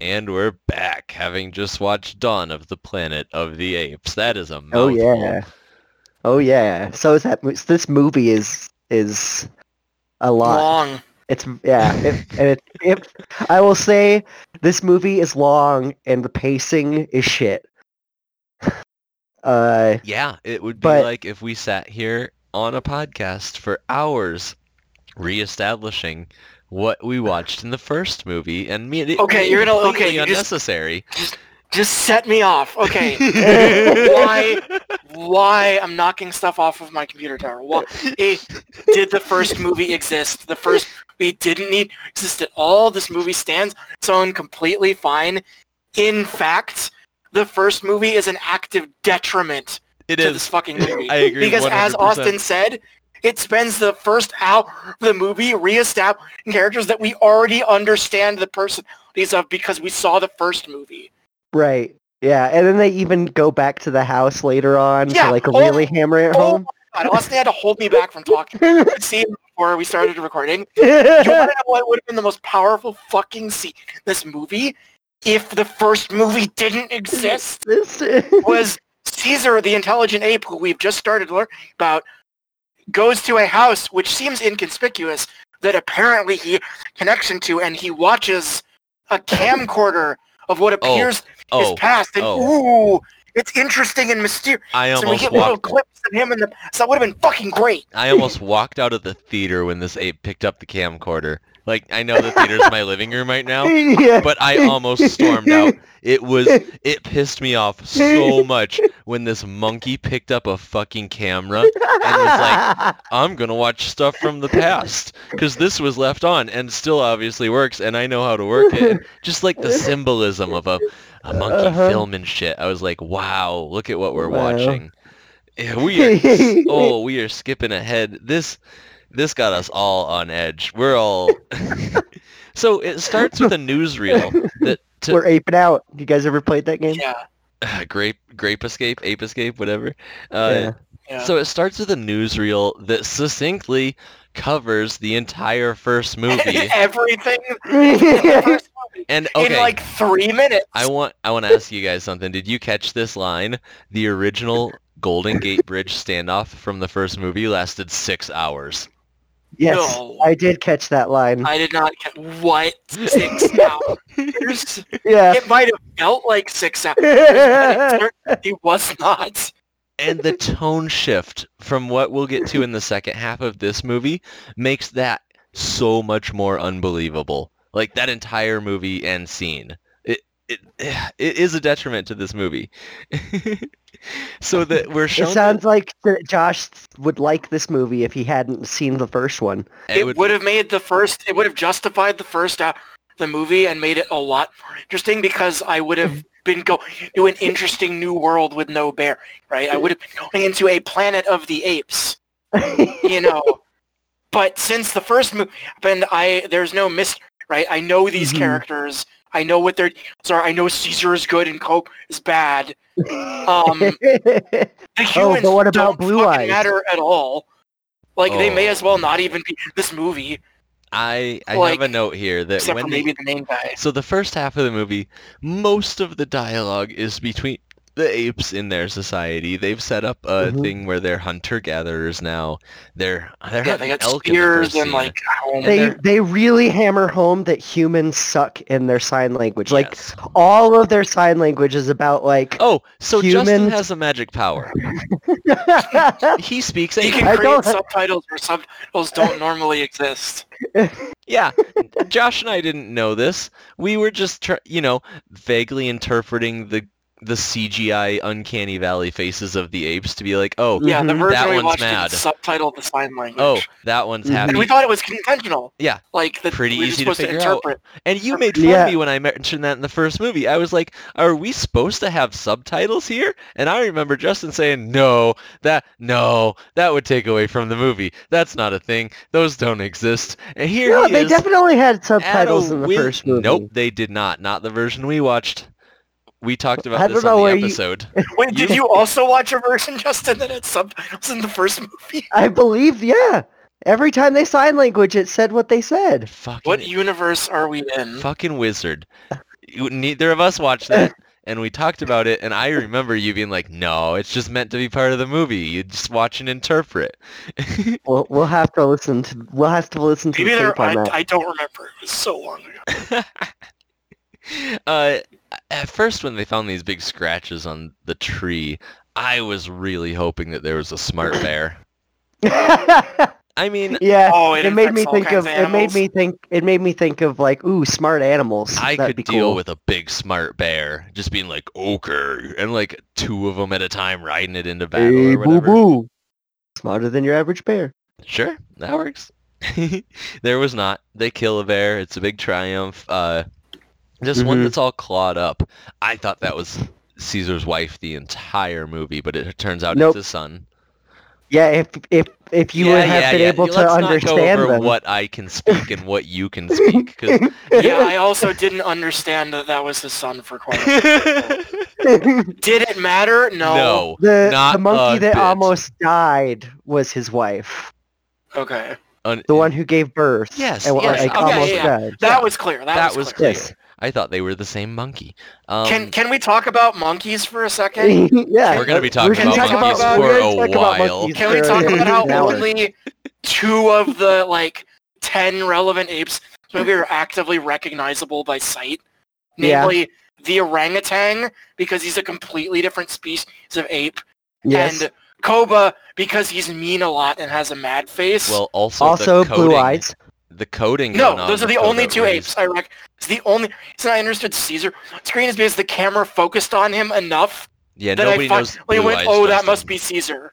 Speaker 3: And we're back. having just watched Dawn of the Planet of the Apes. That is a
Speaker 1: Oh
Speaker 3: mouthful.
Speaker 1: yeah. Oh yeah. So is that mo- so this movie is is a lot.
Speaker 2: Long.
Speaker 1: It's yeah, it, and it, it I will say this movie is long and the pacing is shit. Uh
Speaker 3: Yeah, it would be
Speaker 1: But-
Speaker 3: like if we sat here on a podcast for hours reestablishing what we watched in the first movie and me it
Speaker 2: Okay,
Speaker 3: would
Speaker 2: you're
Speaker 3: be
Speaker 2: gonna- okay,
Speaker 3: completely
Speaker 2: you just-
Speaker 3: unnecessary.
Speaker 2: Just set me off. Okay.
Speaker 3: Why?
Speaker 2: why I'm knocking stuff off of my computer tower. Why eh, did the first movie exist? The first we didn't need exist at all. This movie stands on its own completely fine. In fact, the first movie is an active detriment
Speaker 3: It
Speaker 2: to this
Speaker 3: is.
Speaker 2: fucking movie.
Speaker 3: I agree
Speaker 2: because as
Speaker 3: 100%.
Speaker 2: Austin said, it spends the first hour of the movie reestablishing characters that we already understand the personalities of because we saw the first movie.
Speaker 1: right. Yeah, and then they even go back to the house later on
Speaker 2: Yeah,
Speaker 1: to like
Speaker 2: oh-
Speaker 1: really hammer it
Speaker 2: oh
Speaker 1: home.
Speaker 2: God, Austin had to hold me back from talking. See, before we started recording, You want to know what would have been the most powerful fucking scene in this movie if the first movie didn't exist?
Speaker 1: This-
Speaker 2: Was Caesar, the intelligent ape who we've just started learning about, goes to a house which seems inconspicuous that apparently he connection to, and he watches a camcorder of what
Speaker 3: Oh,
Speaker 2: appears his
Speaker 3: Oh,
Speaker 2: past, and ooh, it's interesting and mysterious.
Speaker 3: I
Speaker 2: So we
Speaker 3: almost
Speaker 2: get little
Speaker 3: walked
Speaker 2: clips of him in the. So that would have been fucking great.
Speaker 3: I almost walked out of the theater when this ape picked up the camcorder. Like I know the theater's my living room right now,
Speaker 1: yeah.
Speaker 3: but I almost stormed out. It was it pissed me off so much when this monkey picked up a fucking camera. was I'm going to watch stuff from the past cuz this was left on and still obviously works and I know how to work it. Just like the symbolism of a, a monkey
Speaker 1: Uh-huh.
Speaker 3: film and shit. I was like, "Wow, look at what we're
Speaker 1: Wow.
Speaker 3: watching." Eh, We are oh, we are skipping ahead. This this got us all on edge. We're all So it starts with a newsreel that to,
Speaker 1: We're aping out. You guys ever played that game?
Speaker 2: Yeah,
Speaker 3: grape grape escape, ape escape, whatever. Uh,
Speaker 2: yeah.
Speaker 3: So it starts with a newsreel that succinctly covers the entire first movie.
Speaker 2: Everything in the
Speaker 1: Yeah.
Speaker 2: first movie
Speaker 3: and okay,
Speaker 2: in like three minutes.
Speaker 3: I want I want to ask you guys something. Did you catch this line? The original Golden Gate Bridge standoff from the first movie lasted six hours.
Speaker 1: yes.
Speaker 2: No, I,
Speaker 1: I did catch that line.
Speaker 2: did not. Get, what six hours?
Speaker 1: yeah.
Speaker 2: it might have felt like six hours. But
Speaker 1: yeah.
Speaker 2: it certainly was not.
Speaker 3: and the tone shift from what we'll get to in the second half of this movie makes that so much more unbelievable. Like that entire movie and scene. It it it is a detriment to this movie. so that we're
Speaker 1: It
Speaker 3: shown
Speaker 1: sounds like that Josh would like this movie if he hadn't seen the first one.
Speaker 3: it
Speaker 2: it would have made the first. It would have justified the first hour, of the movie, and made it a lot more interesting because I would have been going to an interesting new world with no bear. Right? I would have been going into a planet of the apes. you know. But since the first movie happened, I there's no mystery, right? I know these
Speaker 1: Mhm.
Speaker 2: characters. I know what their deals are. I know Caesar is good and Cope is bad. Um, the humans
Speaker 1: Oh, but what about
Speaker 2: don't
Speaker 1: Blue
Speaker 2: fucking
Speaker 1: Eyes?
Speaker 2: matter at all. Like they may
Speaker 3: Oh.
Speaker 2: as well not even be in this movie,
Speaker 3: I I
Speaker 2: like,
Speaker 3: have a note here that
Speaker 2: except
Speaker 3: when
Speaker 2: for
Speaker 3: they-
Speaker 2: maybe the main guy.
Speaker 3: So the first half of the movie, most of the dialogue is between the apes in their society. They've set up a
Speaker 1: Mhm.
Speaker 3: thing where they're hunter gatherers now. They're they're
Speaker 2: Yeah,
Speaker 3: hunting
Speaker 2: they got
Speaker 3: elk in the
Speaker 2: spears
Speaker 3: first
Speaker 2: and
Speaker 3: scene.
Speaker 2: like home.
Speaker 1: they
Speaker 3: they're-
Speaker 1: they really hammer home that humans suck in their sign language. Like
Speaker 3: Yes.
Speaker 1: all of their sign language is about like
Speaker 3: oh, so Justin
Speaker 1: humans-
Speaker 3: has a magic power. He speaks
Speaker 2: you
Speaker 3: ape.
Speaker 1: I
Speaker 2: can create
Speaker 1: don't-
Speaker 2: subtitles where subtitles don't normally exist.
Speaker 3: Yeah, Josh and I didn't know this. We were just tr- you know vaguely interpreting the the CGI uncanny valley faces of the apes to be like, oh,
Speaker 2: Yeah, the
Speaker 1: Mhm.
Speaker 2: version
Speaker 3: That
Speaker 2: we
Speaker 3: one's
Speaker 2: watched
Speaker 3: mad.
Speaker 2: is subtitled the sign language.
Speaker 3: oh, that one's
Speaker 1: Mhm.
Speaker 3: happy.
Speaker 2: and we thought it was intentional.
Speaker 3: Yeah.
Speaker 2: like that
Speaker 3: Pretty
Speaker 2: we were
Speaker 3: easy to
Speaker 2: supposed to,
Speaker 3: figure out.
Speaker 2: interpret.
Speaker 3: And you made fun
Speaker 1: Yeah.
Speaker 3: of me when I mentioned that in the first movie. I was like, "Are we supposed to have subtitles here?" And I remember Justin saying, "No, that no, that would take away from the movie. That's not a thing. Those don't exist." And here
Speaker 1: no,
Speaker 3: he
Speaker 1: they
Speaker 3: is
Speaker 1: definitely had
Speaker 3: at a
Speaker 1: subtitles in the
Speaker 3: win-
Speaker 1: first movie.
Speaker 3: Nope, they did not. Not the version we watched. We talked about
Speaker 1: I
Speaker 3: this
Speaker 1: don't know
Speaker 3: on the
Speaker 1: where you-
Speaker 3: episode.
Speaker 2: Wait, did you also watch a version, Justin, that had subtitles in the first movie?
Speaker 1: I believe, yeah. Every time they sign language, it said what they said.
Speaker 3: Fucking
Speaker 2: What universe are we in?
Speaker 3: fucking wizard. you- neither of us watched that, and we talked about it. And I remember you being like, "No, it's just meant to be part of the movie. You just watch and interpret."
Speaker 1: We'll we'll have to listen to we'll have to listen to
Speaker 2: Maybe
Speaker 1: the
Speaker 2: there.
Speaker 1: tape on
Speaker 2: I,
Speaker 1: that.
Speaker 2: I don't remember. It was so long ago.
Speaker 3: uh, at first, when they found these big scratches on the tree, I was really hoping that there was a smart bear. I mean,
Speaker 1: yeah.
Speaker 2: Oh, it,
Speaker 1: It made me
Speaker 2: infects all
Speaker 1: think
Speaker 2: kinds
Speaker 1: of it made
Speaker 2: animals.
Speaker 1: me think it made me think of like ooh smart animals.
Speaker 3: I
Speaker 1: That'd
Speaker 3: could
Speaker 1: be
Speaker 3: deal
Speaker 1: cool.
Speaker 3: with a big smart bear just being like, "Okay," and like two of them at a time riding it into battle
Speaker 1: Hey,
Speaker 3: or whatever.
Speaker 1: boo boo. Smarter than your average bear.
Speaker 3: Sure, that works. there was not. They kill a bear. It's a big triumph. Uh, just one
Speaker 1: Mhm.
Speaker 3: that's all clawed up. I thought that was Caesar's wife the entire movie, but it turns out
Speaker 1: Nope.
Speaker 3: it's his son.
Speaker 1: Yeah, if if if you
Speaker 3: yeah,
Speaker 1: would have
Speaker 3: yeah,
Speaker 1: been
Speaker 3: yeah.
Speaker 1: able to
Speaker 3: Let's not
Speaker 1: understand
Speaker 3: go over
Speaker 1: them.
Speaker 3: what I can speak and what you can speak. 'cause-
Speaker 2: Yeah, I also didn't understand that that was his son for quite. a
Speaker 1: the
Speaker 2: Did it matter? No.
Speaker 3: no, not
Speaker 1: the
Speaker 3: a
Speaker 1: monkey that
Speaker 3: bit.
Speaker 1: almost died was his wife.
Speaker 2: Okay.
Speaker 3: Un-
Speaker 1: The one who gave birth.
Speaker 3: Yes,
Speaker 1: And,
Speaker 3: yes,
Speaker 1: like,
Speaker 3: okay,
Speaker 1: almost
Speaker 2: yeah,
Speaker 1: died.
Speaker 2: That
Speaker 3: Yeah,
Speaker 2: was clear. That,
Speaker 3: that
Speaker 2: was
Speaker 3: was
Speaker 2: clear.
Speaker 3: clear. I thought they were the same monkey. Um,
Speaker 2: Can can we talk about monkeys for a second?
Speaker 1: yeah.
Speaker 3: we're gonna be talking
Speaker 1: We can
Speaker 3: about
Speaker 1: talk
Speaker 3: monkeys
Speaker 1: about-
Speaker 3: for
Speaker 1: we're
Speaker 3: a
Speaker 1: gonna talk about
Speaker 3: while.
Speaker 1: monkeys.
Speaker 2: Can we talk
Speaker 1: Sure.
Speaker 2: about how
Speaker 1: Now we're-
Speaker 2: only two of the like ten relevant apes in the movie are actively recognizable by sight?
Speaker 1: Yeah.
Speaker 2: Namely the orangutan, because he's a completely different species of ape.
Speaker 1: Yes.
Speaker 2: And Koba because he's mean a lot and has a mad face.
Speaker 3: Well, also,
Speaker 1: also
Speaker 3: the coding,
Speaker 1: blue eyes.
Speaker 3: The coding.
Speaker 2: No,
Speaker 3: went on
Speaker 2: those are the
Speaker 3: before
Speaker 2: only
Speaker 3: that
Speaker 2: two
Speaker 3: raised-
Speaker 2: apes I rec. It's the only. So I understood Caesar. Screen is because the camera focused on him enough
Speaker 3: Yeah,
Speaker 2: that
Speaker 3: nobody
Speaker 2: I
Speaker 3: knows.
Speaker 2: finally
Speaker 3: blue
Speaker 2: went,
Speaker 3: eyes
Speaker 2: "Oh, that
Speaker 3: does
Speaker 2: must
Speaker 3: them.
Speaker 2: be Caesar."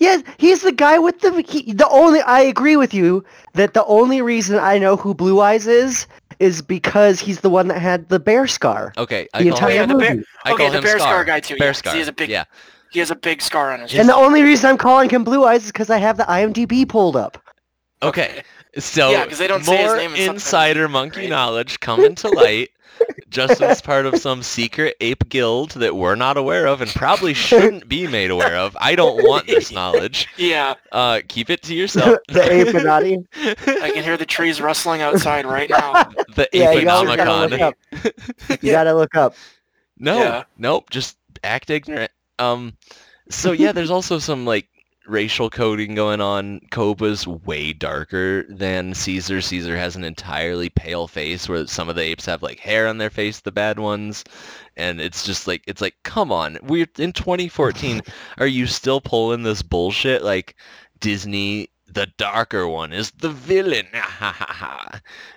Speaker 1: Yes, he's the guy with the he, the only I agree with you that the only reason I know who Blue Eyes is is because he's the one that had the bear scar.
Speaker 3: Okay, I
Speaker 1: The
Speaker 3: call
Speaker 1: entire
Speaker 2: yeah,
Speaker 3: him.
Speaker 2: the bear-
Speaker 1: movie.
Speaker 3: I
Speaker 2: okay,
Speaker 3: call
Speaker 2: the
Speaker 3: him
Speaker 2: bear scar,
Speaker 3: Scar.
Speaker 2: guy too.
Speaker 3: Bear
Speaker 2: yeah, 'cause
Speaker 3: scar.
Speaker 2: He has a big.
Speaker 3: Yeah,
Speaker 2: He has a big scar on his.
Speaker 3: Yeah.
Speaker 1: And the only reason I'm calling him Blue Eyes is because I have the IMDb pulled up.
Speaker 3: Okay. So
Speaker 2: Yeah, 'cause they don't
Speaker 3: more
Speaker 2: say his name in subtitles.
Speaker 3: insider monkey
Speaker 2: Right.
Speaker 3: knowledge coming to light. Justin's part of some secret ape guild that we're not aware of and probably shouldn't be made aware of. I don't want this knowledge.
Speaker 2: Yeah,
Speaker 3: Uh, keep it to yourself.
Speaker 1: the Apenati.
Speaker 2: I can hear the trees rustling outside right now.
Speaker 3: the
Speaker 1: Yeah, you always gotta
Speaker 3: Aponomicon.
Speaker 1: look up. You gotta look up.
Speaker 3: No,
Speaker 2: Yeah.
Speaker 3: nope, just act ignorant. Um, so yeah, there's also some like racial coding going on. Koba's way darker than Caesar. Caesar has an entirely pale face where some of the apes have like hair on their face, the bad ones, and it's just like it's like come on, we're in 2014. Are you still pulling this bullshit like Disney? The darker one is the villain.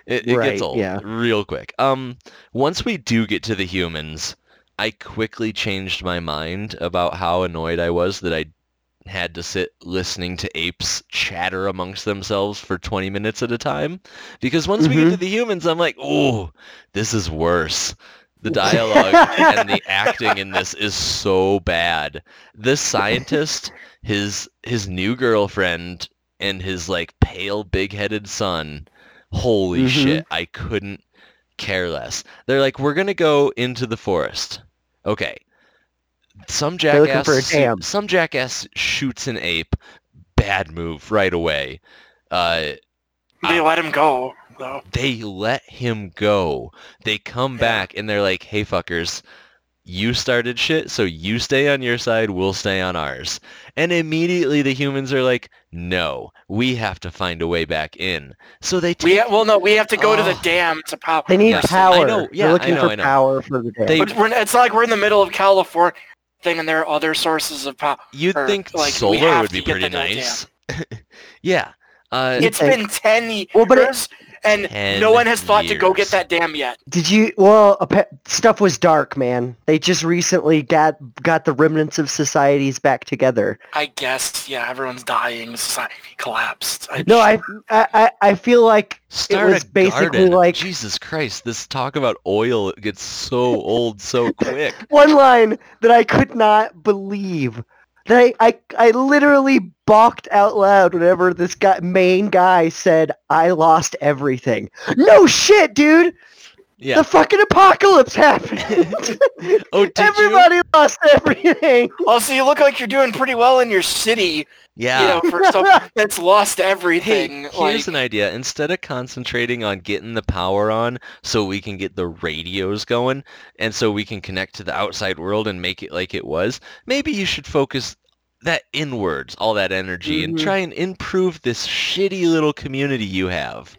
Speaker 3: it, it
Speaker 1: Right,
Speaker 3: gets old
Speaker 1: yeah.
Speaker 3: real quick. Um, once we do get to the humans, I quickly changed my mind about how annoyed I was that I had to sit listening to apes chatter amongst themselves for 20 minutes at a time. Because once we get
Speaker 1: Mhm.
Speaker 3: to the humans, I'm like, oh, this is worse. The dialogue and the acting in this is so bad. This scientist, his his new girlfriend, and his like pale, big-headed son. Holy
Speaker 1: Mhm.
Speaker 3: shit! I couldn't care less. They're like, we're gonna go into the forest. Okay. Some
Speaker 1: They're looking
Speaker 3: jackass.
Speaker 1: for a
Speaker 3: su-
Speaker 1: dam.
Speaker 3: Some jackass shoots an ape. Bad move right away. Uh,
Speaker 2: They let him go though.
Speaker 3: they let him go. They come
Speaker 2: Yeah.
Speaker 3: back and they're like, "Hey fuckers, you started shit, so you stay on your side, we'll stay on ours." And immediately the humans are like, "No, we have to find a way back in." So they
Speaker 2: We
Speaker 3: take
Speaker 2: ha- well, no, we have to go to the
Speaker 3: Oh.
Speaker 2: dam to power.
Speaker 1: They need
Speaker 3: Yes, I
Speaker 1: power.
Speaker 3: know, yeah, I
Speaker 1: They're looking
Speaker 3: know, I
Speaker 1: for
Speaker 3: know.
Speaker 1: power for the day.
Speaker 3: They-
Speaker 2: But we're, it's not like we're in the middle of California thing, and there are other sources of power.
Speaker 3: You'd
Speaker 2: or,
Speaker 3: think
Speaker 2: like, we
Speaker 3: solar
Speaker 2: have
Speaker 3: would
Speaker 2: to
Speaker 3: be
Speaker 2: get the
Speaker 3: pretty
Speaker 2: goddamn-
Speaker 3: nice. yeah. Uh,
Speaker 1: You
Speaker 2: It's
Speaker 1: think-
Speaker 2: been ten years,
Speaker 1: Well, but it-
Speaker 2: and
Speaker 3: 10
Speaker 2: no one has thought to go get
Speaker 3: years.
Speaker 2: that dam yet.
Speaker 1: Did you? Well, a pe- stuff was dark, man. They just recently got got the remnants of societies back together.
Speaker 2: I guess, yeah, everyone's dying. Society collapsed. I
Speaker 1: No, I I I, I feel like
Speaker 3: Start
Speaker 1: was
Speaker 3: a
Speaker 1: basically
Speaker 3: garden.
Speaker 1: like-
Speaker 3: Jesus Christ, this talk about oil gets so old so quick.
Speaker 1: one line that I could not believe. That I, I, I literally balked out loud whenever this guy, main guy said, I lost everything. No shit, dude!
Speaker 3: Yeah.
Speaker 1: The fucking apocalypse happened.
Speaker 3: Oh, did you?
Speaker 1: Everybody lost everything.
Speaker 2: Also, you look like you're doing pretty well in your city,
Speaker 3: Yeah.
Speaker 2: you know, for stuff that's lost everything.
Speaker 3: Hey,
Speaker 2: like,
Speaker 3: here's an idea. Instead of concentrating on getting the power on so we can get the radios going and so we can connect to the outside world and make it like it was, maybe you should focus that inwards, all that energy, and
Speaker 2: Mm-hmm.
Speaker 1: Mhm.
Speaker 3: try and improve this shitty little community you have.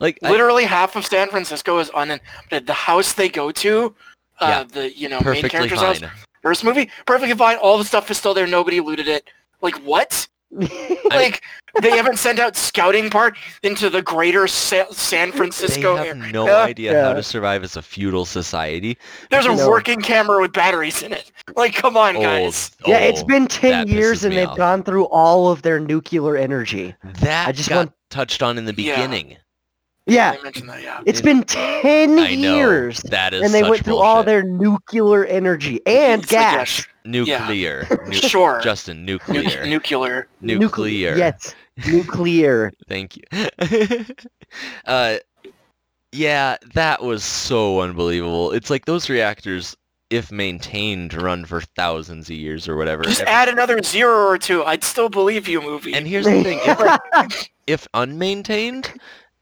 Speaker 3: Like, I-
Speaker 2: literally half of San Francisco is uninhabited. The house they go to, uh,
Speaker 3: Yeah.
Speaker 2: the you know main
Speaker 3: perfectly
Speaker 2: character's house,
Speaker 3: fine.
Speaker 2: first movie, perfectly fine. All the stuff is still there. Nobody looted it. Like what?
Speaker 3: I-
Speaker 2: like they haven't sent out scouting part into the greater Sa- San
Speaker 3: They
Speaker 2: Francisco
Speaker 3: have
Speaker 2: area.
Speaker 3: no
Speaker 2: Yeah.
Speaker 3: idea how
Speaker 1: Yeah.
Speaker 3: to survive as a feudal society.
Speaker 2: There's a
Speaker 1: No.
Speaker 2: working camera with batteries in it. Like come on,
Speaker 3: Old-
Speaker 2: guys.
Speaker 1: yeah, it's
Speaker 3: old.
Speaker 1: been
Speaker 3: Oh, that
Speaker 1: ten years
Speaker 3: pisses
Speaker 1: and
Speaker 3: me
Speaker 1: they've
Speaker 3: off.
Speaker 1: gone through all of their nuclear energy.
Speaker 3: that
Speaker 1: I just
Speaker 3: got
Speaker 1: want-
Speaker 3: touched on in the
Speaker 2: Yeah.
Speaker 3: beginning.
Speaker 1: Yeah,
Speaker 2: I mentioned that. Yeah.
Speaker 1: it's been ten
Speaker 3: I know
Speaker 1: years,
Speaker 3: that is,
Speaker 1: and they
Speaker 3: such
Speaker 1: went through all
Speaker 3: bullshit.
Speaker 1: their nuclear energy and
Speaker 2: It's like, yeah,
Speaker 1: gas.
Speaker 2: sh-
Speaker 3: nuclear. Nu-
Speaker 2: sure.
Speaker 3: Justin,
Speaker 2: nu-
Speaker 3: nuclear.
Speaker 2: nuclear.
Speaker 1: Nucle-
Speaker 3: nuclear.
Speaker 1: Yes, nuclear.
Speaker 3: Thank you. uh, yeah, that was so unbelievable. It's like those reactors, if maintained, run for thousands of years or whatever.
Speaker 2: Just
Speaker 3: Every-
Speaker 2: add another zero or two. I'd still believe you, movie.
Speaker 3: and here's the thing: if, if unmaintained,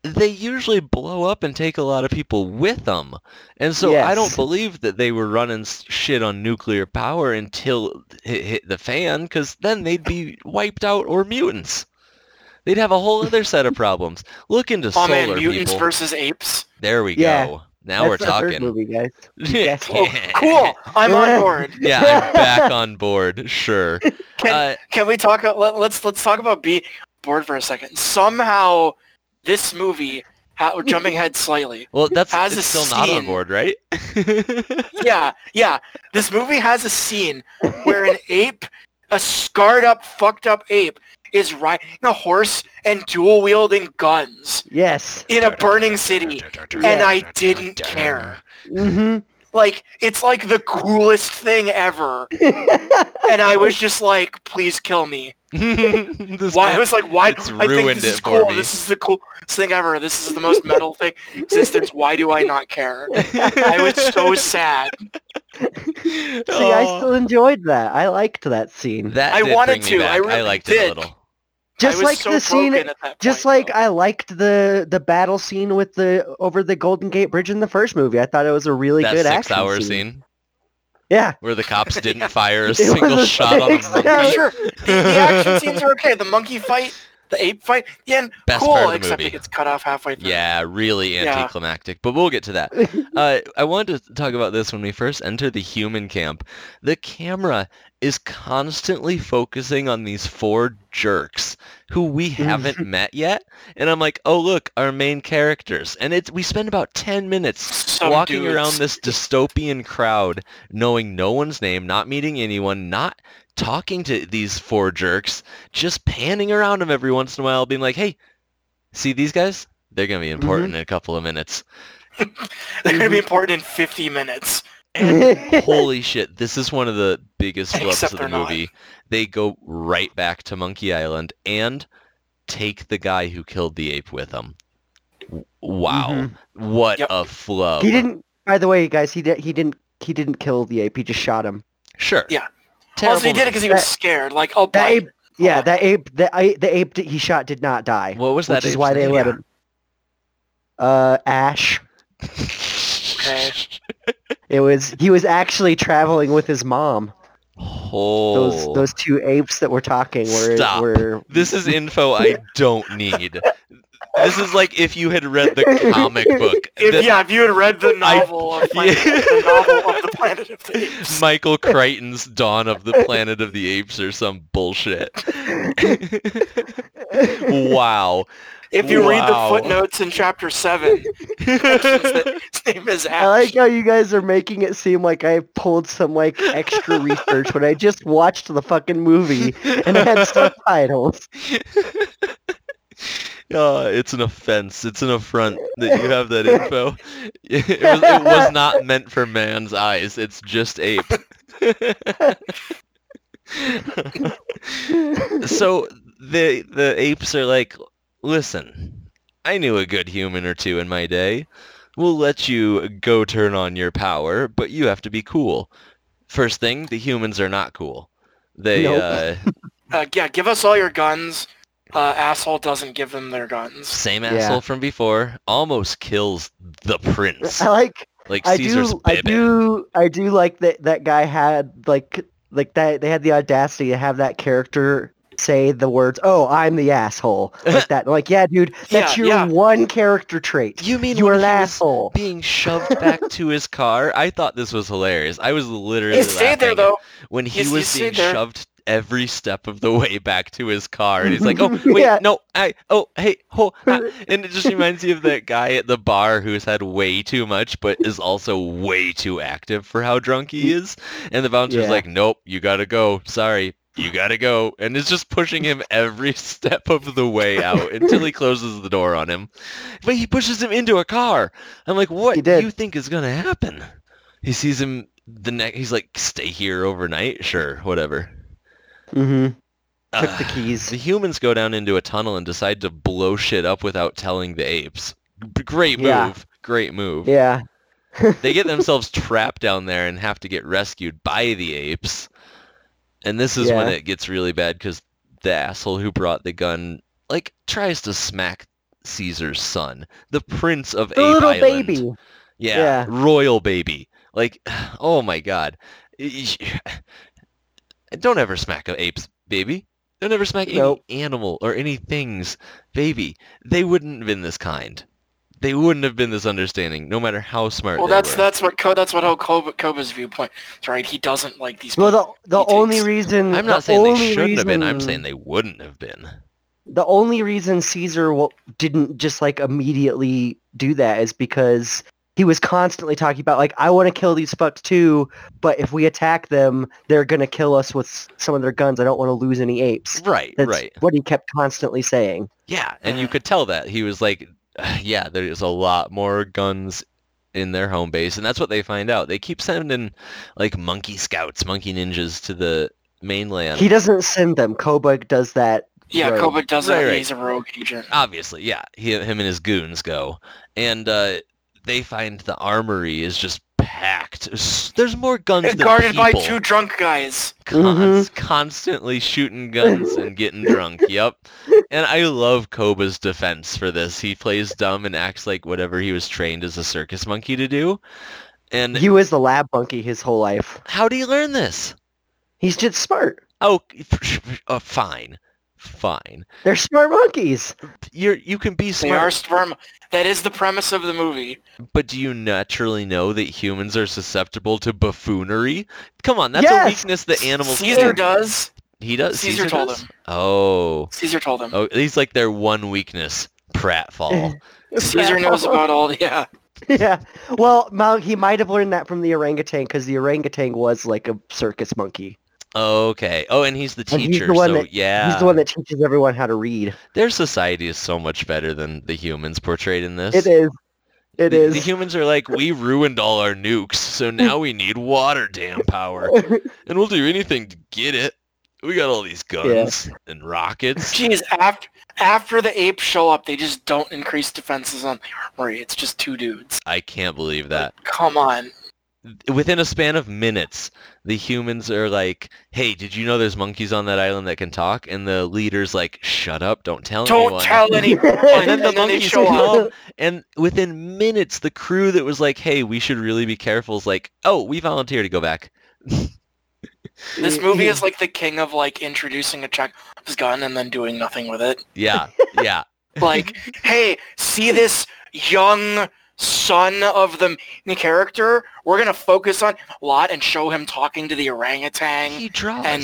Speaker 3: they usually blow up and take a lot of people with them. And so I don't
Speaker 1: Yes.
Speaker 3: believe that they were running s- shit on nuclear power until it hit the fan, because then they'd be wiped out or mutants. They'd have a whole other set of problems. Look into
Speaker 2: oh
Speaker 3: solar
Speaker 2: man, mutants
Speaker 3: people.
Speaker 2: versus apes.
Speaker 3: There we
Speaker 1: Yeah.
Speaker 3: go. Now we're
Speaker 1: That's the third
Speaker 3: talking.
Speaker 1: movie, guys.
Speaker 3: Yeah.
Speaker 2: Oh, cool. I'm on board.
Speaker 3: yeah, I'm back on board. Sure. Uh,
Speaker 2: Can we talk? Let, let's let's talk about being bored for a second. Somehow, this movie, ha- jumping ahead slightly.
Speaker 3: well, that's
Speaker 2: Has a
Speaker 3: it's still not on
Speaker 2: scene.
Speaker 3: board, right?
Speaker 2: Yeah, yeah. This movie has a scene where an ape, a scarred up, fucked up ape, is riding a horse and dual wielding guns
Speaker 1: Yes.
Speaker 2: in a burning city, and I didn't care.
Speaker 1: hmm
Speaker 2: Like it's like the coolest thing ever, and I was just like, please kill me.
Speaker 3: This
Speaker 2: Why
Speaker 3: guy-
Speaker 2: I was like, why?
Speaker 3: it's
Speaker 2: I think
Speaker 3: ruined
Speaker 2: this is
Speaker 3: it for
Speaker 2: cool.
Speaker 3: me.
Speaker 2: This is the coolest thing ever. This is the most metal thing in existence. Why do I not care? I was so sad.
Speaker 3: See,
Speaker 1: See, I still enjoyed that. I liked that scene.
Speaker 3: Oh. that
Speaker 2: I
Speaker 3: did
Speaker 2: wanted
Speaker 3: bring me
Speaker 2: to,
Speaker 3: back.
Speaker 2: I really
Speaker 3: liked
Speaker 2: did.
Speaker 3: it a little.
Speaker 2: I
Speaker 1: just
Speaker 2: was
Speaker 1: like
Speaker 2: so
Speaker 1: the scene.
Speaker 2: broken at that
Speaker 1: Just like
Speaker 2: point, though.
Speaker 1: I liked the the battle scene with the over the Golden Gate Bridge in the first movie. I thought it was a really
Speaker 3: that
Speaker 1: good action
Speaker 3: six-hour
Speaker 1: scene.
Speaker 3: scene
Speaker 1: Yeah.
Speaker 3: where the cops didn't
Speaker 2: Yeah.
Speaker 3: fire a
Speaker 1: was
Speaker 3: single
Speaker 1: a
Speaker 3: shot on a
Speaker 1: six-hour-
Speaker 2: Yeah,
Speaker 3: monkey.
Speaker 2: sure. The, the action scenes are okay. The monkey fight, the ape fight, the end,
Speaker 3: Best
Speaker 2: cool.
Speaker 3: part of the
Speaker 2: except
Speaker 3: movie.
Speaker 2: it gets cut off halfway through.
Speaker 3: Yeah, really
Speaker 2: Yeah.
Speaker 3: anticlimactic. But we'll get to that. Uh, I wanted to talk about this when we first enter the human camp. The camera is constantly focusing on these four jerks who we haven't
Speaker 2: Mm-hmm.
Speaker 3: met yet, and I'm like, oh look, our main characters, and it's we spend about ten minutes
Speaker 2: Some
Speaker 3: walking
Speaker 2: dudes.
Speaker 3: around this dystopian crowd, knowing no one's name, not meeting anyone, not talking to these four jerks, just panning around them every once in a while, being like, hey, see these guys? They're gonna be
Speaker 2: Mm-hmm.
Speaker 3: important in a couple of minutes.
Speaker 2: They're gonna be important in 50 minutes.
Speaker 3: Holy shit, this is one of the biggest flubs
Speaker 2: Except
Speaker 3: of the
Speaker 2: they're not.
Speaker 3: movie. They go right back to Monkey Island and take the guy who killed the ape with them. Wow.
Speaker 1: Mhm.
Speaker 3: What
Speaker 2: Yep.
Speaker 3: a flub.
Speaker 1: he didn't. By the way, guys, he did. He didn't. He didn't kill the ape. He just shot him.
Speaker 3: Sure.
Speaker 2: Yeah.
Speaker 3: Terrible.
Speaker 2: Also, he did it because he was scared. Like, oh,
Speaker 1: That
Speaker 2: bite.
Speaker 1: ape. Yeah,
Speaker 2: on.
Speaker 1: that ape. The, I, the ape that he shot did not die,
Speaker 3: What was that?
Speaker 1: which is
Speaker 3: ape's
Speaker 1: why they
Speaker 3: name?
Speaker 1: let him. Uh, Ash.
Speaker 2: Okay.
Speaker 1: It was. He was actually traveling with his mom.
Speaker 3: Oh.
Speaker 1: Those those two apes that were talking were
Speaker 3: Stop.
Speaker 1: were
Speaker 3: This is info I don't need. this is like if you had read the comic book.
Speaker 2: If,
Speaker 3: That
Speaker 2: yeah, if you had read the novel, of Planet,
Speaker 3: Yeah.
Speaker 2: the novel of the Planet of the Apes.
Speaker 3: Michael Crichton's Dawn of the Planet of the Apes or some bullshit. wow.
Speaker 2: If you read the
Speaker 3: Wow.
Speaker 2: footnotes in chapter seven, his name is
Speaker 1: I
Speaker 2: Ash.
Speaker 1: like how you guys are making it seem like I pulled some like extra research when I just watched the fucking movie and it had subtitles.
Speaker 3: Uh, it's an offense. It's an affront that you have that info. It was, it was not meant for man's eyes. It's just ape. so the the apes are like, listen, I knew a good human or two in my day. We'll let you go turn on your power, but you have to be cool. First thing, the humans are not cool. They
Speaker 1: Nope.
Speaker 3: uh,
Speaker 2: Uh, yeah, give us all your guns. Uh, asshole doesn't give them their guns.
Speaker 3: same
Speaker 1: Yeah.
Speaker 3: asshole from before almost kills the prince.
Speaker 1: I like.
Speaker 3: Like
Speaker 1: I
Speaker 3: Caesar's
Speaker 1: do. I
Speaker 3: bibbing.
Speaker 1: do. I do like that. That guy had like like that. They had the audacity to have that character say the words, "Oh, I'm the asshole," like that. Like, yeah, dude, that's
Speaker 2: Yeah,
Speaker 1: your
Speaker 2: yeah.
Speaker 1: one character trait.
Speaker 3: You mean
Speaker 1: You are
Speaker 3: when
Speaker 1: an
Speaker 3: he was
Speaker 1: asshole.
Speaker 3: being shoved back to his car? I thought this was hilarious. I was literally
Speaker 2: He stayed there
Speaker 3: laughing
Speaker 2: though.
Speaker 3: when he
Speaker 2: Yes, you
Speaker 3: was
Speaker 2: stayed
Speaker 3: being
Speaker 2: there.
Speaker 3: shoved every step of the way back to his car, and he's like, "Oh wait,
Speaker 1: Yeah.
Speaker 3: no, I, oh hey, ho," ah," and it just reminds you of that guy at the bar who's had way too much, but is also way too active for how drunk he is, and the bouncer's
Speaker 1: Yeah.
Speaker 3: like, "Nope, you gotta go. Sorry." You gotta go, and is just pushing him every step of the way out until he closes the door on him. But he pushes him into a car. I'm like, what
Speaker 1: He
Speaker 3: do
Speaker 1: did.
Speaker 3: you think is gonna happen? He sees him the next. He's like, stay here overnight. Sure, whatever.
Speaker 1: hmm Took the
Speaker 3: Ugh.
Speaker 1: keys.
Speaker 3: The humans go down into a tunnel and decide to blow shit up without telling the apes. B- Great move.
Speaker 1: Yeah.
Speaker 3: Great move.
Speaker 1: Yeah.
Speaker 3: They get themselves trapped down there and have to get rescued by the apes. And this is when
Speaker 1: Yeah.
Speaker 3: it gets really bad because the asshole who brought the gun like tries to smack Caesar's son, the prince of
Speaker 1: The
Speaker 3: Ape
Speaker 1: little
Speaker 3: Island.
Speaker 1: baby.
Speaker 3: Yeah,
Speaker 1: Yeah.
Speaker 3: royal baby. Like, oh my god. Don't ever smack a ape's baby. Don't ever smack
Speaker 1: Nope.
Speaker 3: any animal or any thing's baby. They wouldn't have been this kind. They wouldn't have been this understanding, no matter how smart
Speaker 2: Well,
Speaker 3: they
Speaker 2: that's
Speaker 3: were.
Speaker 2: that's what Co- that's what how Koba, Koba's viewpoint. is, Right, he doesn't like these.
Speaker 1: Well,
Speaker 2: people.
Speaker 1: the the
Speaker 2: He takes-
Speaker 1: only reason
Speaker 3: I'm
Speaker 1: the
Speaker 3: not saying they
Speaker 1: only
Speaker 3: shouldn't have been. I'm
Speaker 1: reason-
Speaker 3: saying they wouldn't have been.
Speaker 1: the only reason Caesar w- didn't just like immediately do that is because he was constantly talking about like I want to kill these fucks too, but if we attack them, they're gonna kill us with s- some of their guns. I don't want to lose any apes.
Speaker 3: Right,
Speaker 1: That's
Speaker 3: right.
Speaker 1: what he kept constantly saying.
Speaker 3: Yeah, and you
Speaker 2: Mhm.
Speaker 3: could tell that he was like, yeah, there's a lot more guns in their home base, and that's what they find out. They keep sending like monkey scouts, monkey ninjas to the mainland.
Speaker 1: He doesn't send them. Koba does that.
Speaker 2: yeah,
Speaker 1: rogue.
Speaker 2: Koba doesn't.
Speaker 3: Right, right.
Speaker 2: He's a rogue agent.
Speaker 3: Obviously, yeah, he, him and his goons go, and uh, they find the armory is just packed. S- There's more guns
Speaker 2: And
Speaker 3: than
Speaker 2: guarded by
Speaker 3: people.
Speaker 2: two drunk guys.
Speaker 3: Cons- constantly shooting guns and getting drunk. Yep. And I love Koba's defense for this. He plays dumb and acts like whatever he was trained as a circus monkey to do. And
Speaker 1: He was the lab monkey his whole life.
Speaker 3: how do you learn this?
Speaker 1: He's just smart.
Speaker 3: Oh, uh, fine. Fine.
Speaker 1: They're smart monkeys.
Speaker 3: You're you can be
Speaker 2: They are
Speaker 3: smart,
Speaker 2: sperm. That is the premise of the movie.
Speaker 3: but do you naturally know that humans are susceptible to buffoonery? Come on, that's a
Speaker 1: Yes!
Speaker 3: weakness that animals
Speaker 2: Caesar
Speaker 3: can't-
Speaker 2: does.
Speaker 3: He does.
Speaker 2: Caesar told
Speaker 3: does?
Speaker 2: him.
Speaker 3: Oh.
Speaker 2: Caesar told him.
Speaker 3: Oh, he's like their one weakness, pratfall.
Speaker 2: Caesar knows about all. the- Yeah.
Speaker 1: yeah. Well, Mal- he might have learned that from the orangutan because the orangutan was like a circus monkey.
Speaker 3: okay. Oh, and he's the
Speaker 1: And
Speaker 3: teacher,
Speaker 1: he's the one
Speaker 3: so
Speaker 1: that-
Speaker 3: yeah.
Speaker 1: He's the one that teaches everyone how to read.
Speaker 3: Their society is so much better than the humans portrayed in this.
Speaker 1: It is. It
Speaker 3: the,
Speaker 1: is.
Speaker 3: The humans are like, we ruined all our nukes, so now we need water dam power. and we'll do anything to get it. We got all these guns and rockets.
Speaker 2: Jeez. After after the apes show up, they just don't increase defenses on the armory. It's just two dudes.
Speaker 3: I can't believe that.
Speaker 2: Come on.
Speaker 3: within a span of minutes, the humans are like, "Hey, did you know there's monkeys on that island that can talk?" And the leader's like, "Shut up! Don't tell
Speaker 2: Don't
Speaker 3: anyone."
Speaker 2: tell any.
Speaker 3: And then the
Speaker 2: And then they
Speaker 3: monkeys
Speaker 2: show
Speaker 3: come, and within minutes, the crew that was like, "Hey, we should really be careful," is like, "Oh, we volunteer to go back."
Speaker 2: This movie is like the king of like introducing a Chekhov's gun and then doing nothing with it.
Speaker 3: Yeah, yeah,
Speaker 2: Like, hey, see this young son of the main character? We're gonna focus on a lot and show him talking to the orangutan.
Speaker 3: he draws.
Speaker 2: And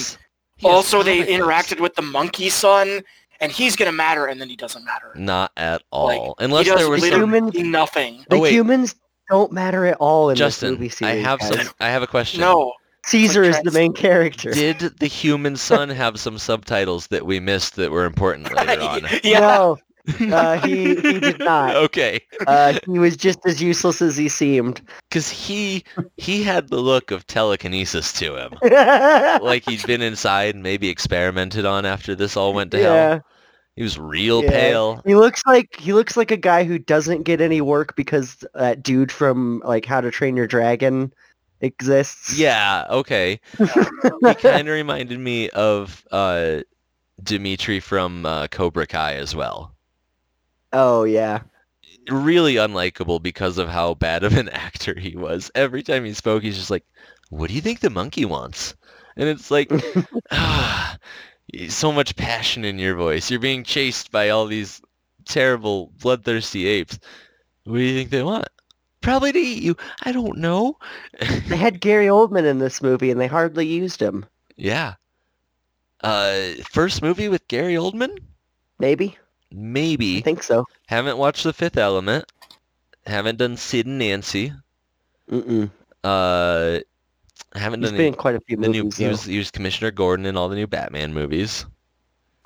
Speaker 3: He has
Speaker 2: also, they
Speaker 3: comic books.
Speaker 2: interacted with the monkey son, and he's gonna matter, and then he doesn't matter.
Speaker 3: Not at
Speaker 2: Like,
Speaker 3: all, unless
Speaker 2: he does
Speaker 3: there was
Speaker 1: lead
Speaker 3: some
Speaker 2: literally
Speaker 1: some-
Speaker 2: nothing.
Speaker 1: The
Speaker 3: Oh, wait.
Speaker 1: humans don't matter at all in this
Speaker 3: Justin.
Speaker 1: movie
Speaker 3: I
Speaker 1: series.
Speaker 3: have some.
Speaker 1: guys.
Speaker 3: I have a question.
Speaker 2: No,
Speaker 1: Caesar is the
Speaker 2: trans-
Speaker 1: main character.
Speaker 3: Did the human son have some subtitles that we missed that were important later on?
Speaker 2: yeah,
Speaker 1: No, uh, he he did not.
Speaker 3: Okay,
Speaker 1: Uh, he was just as useless as he seemed.
Speaker 3: because he he had the look of telekinesis to him,
Speaker 1: yeah.
Speaker 3: like he'd been inside and maybe experimented on after this all went to hell. He was real
Speaker 1: Yeah.
Speaker 3: pale.
Speaker 1: He looks like he looks like a guy who doesn't get any work because that dude from like How to Train Your Dragon exists.
Speaker 3: Yeah, okay. He kind of reminded me of uh, Dimitri from uh, Cobra Kai as well.
Speaker 1: oh yeah.
Speaker 3: Really unlikable because of how bad of an actor he was. Every time he spoke, he's just like, "What do you think the monkey wants?" And it's like, ah, so much passion in your voice. You're being chased by all these terrible, bloodthirsty apes. What do you think they want? Probably to eat you. I don't know.
Speaker 1: They had Gary Oldman in this movie and they hardly used him.
Speaker 3: Yeah. Uh, first movie with Gary Oldman?
Speaker 1: Maybe? I
Speaker 3: Maybe.
Speaker 1: think so.
Speaker 3: Haven't watched The Fifth Element. Haven't done Sid and Nancy.
Speaker 1: Mm-mm.
Speaker 3: Uh, haven't
Speaker 1: He's
Speaker 3: done
Speaker 1: been in
Speaker 3: any,
Speaker 1: quite a few
Speaker 3: the new.
Speaker 1: movies.
Speaker 3: He
Speaker 1: though.
Speaker 3: was, he was Commissioner Gordon in all the new Batman movies.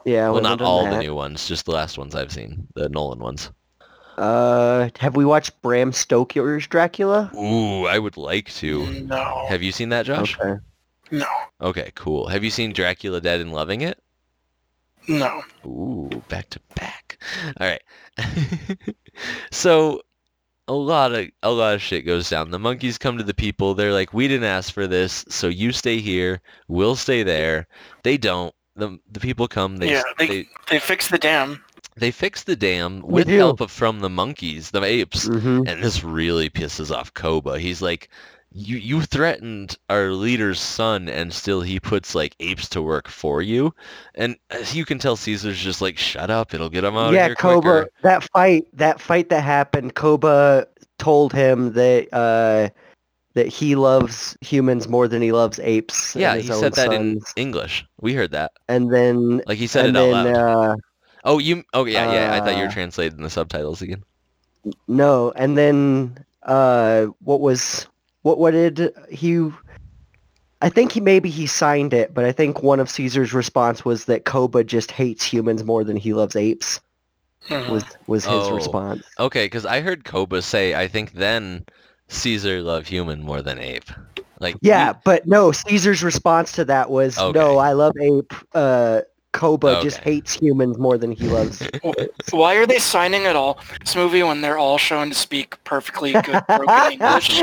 Speaker 1: yeah,
Speaker 3: well,
Speaker 1: wasn't
Speaker 3: not
Speaker 1: on
Speaker 3: all the
Speaker 1: that.
Speaker 3: new ones, just the last ones I've seen, the Nolan ones.
Speaker 1: Uh, have we watched Bram Stoker's Dracula?
Speaker 3: Ooh, I would like to.
Speaker 2: No.
Speaker 3: Have you seen that, Josh?
Speaker 1: Okay.
Speaker 2: No.
Speaker 3: Okay, cool. Have you seen Dracula Dead and Loving It?
Speaker 2: No.
Speaker 3: Ooh, back to back. All right. so a lot of a lot of shit goes down. The monkeys come to the people. They're like, "We didn't ask for this, so you stay here. We'll stay there." They don't. The the people come. They
Speaker 2: yeah, they,
Speaker 3: they,
Speaker 2: they fixed the dam.
Speaker 3: they fix the dam
Speaker 1: We
Speaker 3: with
Speaker 1: do.
Speaker 3: help of, from the monkeys, the apes.
Speaker 1: Mm-hmm.
Speaker 3: And this really pisses off Koba. He's like, you, you threatened our leader's son, and still he puts like apes to work for you. And as you can tell Caesar's just like, shut up, it'll get him out of
Speaker 1: yeah,
Speaker 3: here
Speaker 1: Koba.
Speaker 3: quicker.
Speaker 1: That fight, that fight that happened, Koba told him that uh, that he loves humans more than he loves apes. and
Speaker 3: Yeah,
Speaker 1: his
Speaker 3: he
Speaker 1: own
Speaker 3: said that in
Speaker 1: sons.
Speaker 3: English. We heard that.
Speaker 1: And then,
Speaker 3: Like he said
Speaker 1: and
Speaker 3: it out
Speaker 1: then,
Speaker 3: loud.
Speaker 1: uh,
Speaker 3: oh, you? Oh, yeah, yeah. I thought you were
Speaker 1: uh,
Speaker 3: translating the subtitles again.
Speaker 1: no, and then, uh, what was what? What did he? I think he maybe he signed it, but I think one of Caesar's response was that Koba just hates humans more than he loves apes.
Speaker 2: Mhm.
Speaker 1: Was was his
Speaker 3: Oh.
Speaker 1: response?
Speaker 3: Okay, because I heard Koba say, I think then Caesar loved human more than ape. Like you-
Speaker 1: Yeah, but no, Caesar's response to that was,
Speaker 3: Okay.
Speaker 1: no, I love ape. Uh, Koba just
Speaker 3: Okay.
Speaker 1: hates humans more than he loves.
Speaker 2: Why are they signing at all this movie when they're all shown to speak perfectly good broken English?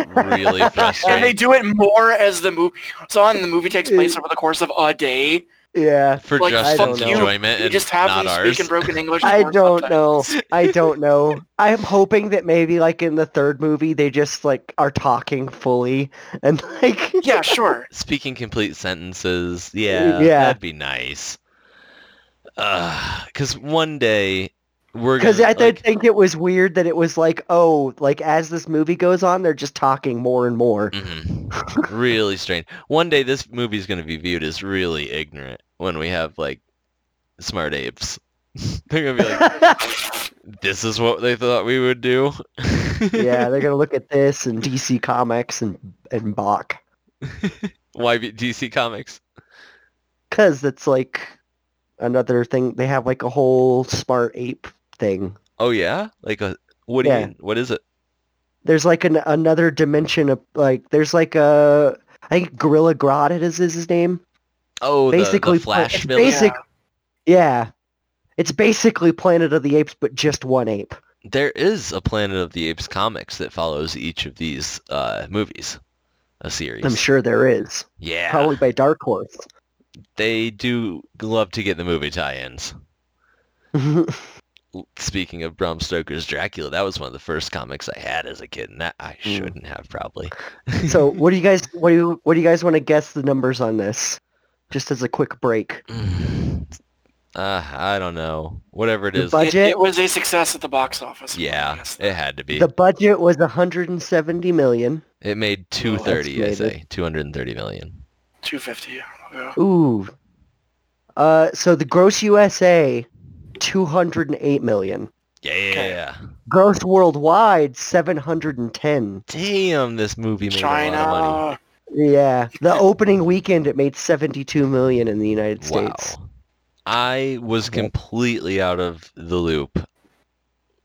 Speaker 2: And
Speaker 3: really
Speaker 2: they
Speaker 3: frustrating.
Speaker 2: do it more as the movie it's on. The movie takes place over the course of a day.
Speaker 1: yeah.
Speaker 3: for
Speaker 2: like,
Speaker 1: I
Speaker 3: Justin's
Speaker 1: don't know.
Speaker 3: enjoyment
Speaker 2: You
Speaker 3: and
Speaker 2: just have
Speaker 3: not
Speaker 2: them
Speaker 3: ours.
Speaker 2: speak in broken English.
Speaker 1: I
Speaker 2: more
Speaker 1: don't
Speaker 2: sometimes.
Speaker 1: know. I don't know. I'm hoping that maybe like in the third movie they just like are talking fully and like
Speaker 2: Yeah, sure.
Speaker 3: Speaking complete sentences, yeah,
Speaker 1: yeah.
Speaker 3: that'd be nice. Because one day we're
Speaker 1: Because
Speaker 3: gonna,
Speaker 1: I did
Speaker 3: like-
Speaker 1: think it was weird that it was like, oh, like as this movie goes on, they're just talking more and more.
Speaker 3: Mhm. really strange. One day this movie's going to be viewed as really ignorant when we have like smart apes. They're going to be like, this is what they thought we would do.
Speaker 1: yeah, they're gonna look at this and DC Comics and and Bach.
Speaker 3: Why be- DC Comics?
Speaker 1: Because that's like another thing. They have like a whole smart ape thing.
Speaker 3: Oh yeah, like a what do
Speaker 1: Yeah.
Speaker 3: you mean? What is it?
Speaker 1: There's like an, another dimension of like, there's like a, I think Gorilla Grodd is, is his name.
Speaker 3: Oh, the-
Speaker 1: basically,
Speaker 3: the, Flash
Speaker 1: it's
Speaker 3: villain.
Speaker 1: basic, yeah. It's basically Planet of the Apes, but just one ape.
Speaker 3: there is a Planet of the Apes comics that follows each of these uh, movies, a series.
Speaker 1: I'm sure there is.
Speaker 3: Yeah,
Speaker 1: Probably by Dark Horse.
Speaker 3: they do love to get the movie tie-ins. L- Speaking of Bram Stoker's Dracula, that was one of the first comics I had as a kid, and that I
Speaker 1: Mm.
Speaker 3: shouldn't have probably.
Speaker 1: so what do you guys, what do you, what do you guys want to guess the numbers on this? Just as a quick break.
Speaker 3: uh, I don't know. Whatever it
Speaker 1: The
Speaker 3: is,
Speaker 1: bu-
Speaker 2: It-
Speaker 1: Budget?
Speaker 2: It, was a success at the box office.
Speaker 3: yeah, it had to be.
Speaker 1: The Oh, budget was 170 million.
Speaker 3: it made two thirty, I
Speaker 1: estimated.
Speaker 3: say, two hundred and thirty million.
Speaker 2: Two fifty. Yeah.
Speaker 1: Ooh. Uh, so the gross USA, 208 million.
Speaker 3: Yeah,
Speaker 1: Gross worldwide, 710.
Speaker 3: damn, this movie made a lot of money.
Speaker 2: China.
Speaker 1: Yeah. The opening weekend, it made 72 million in the United States.
Speaker 3: Wow. I was completely out of the loop.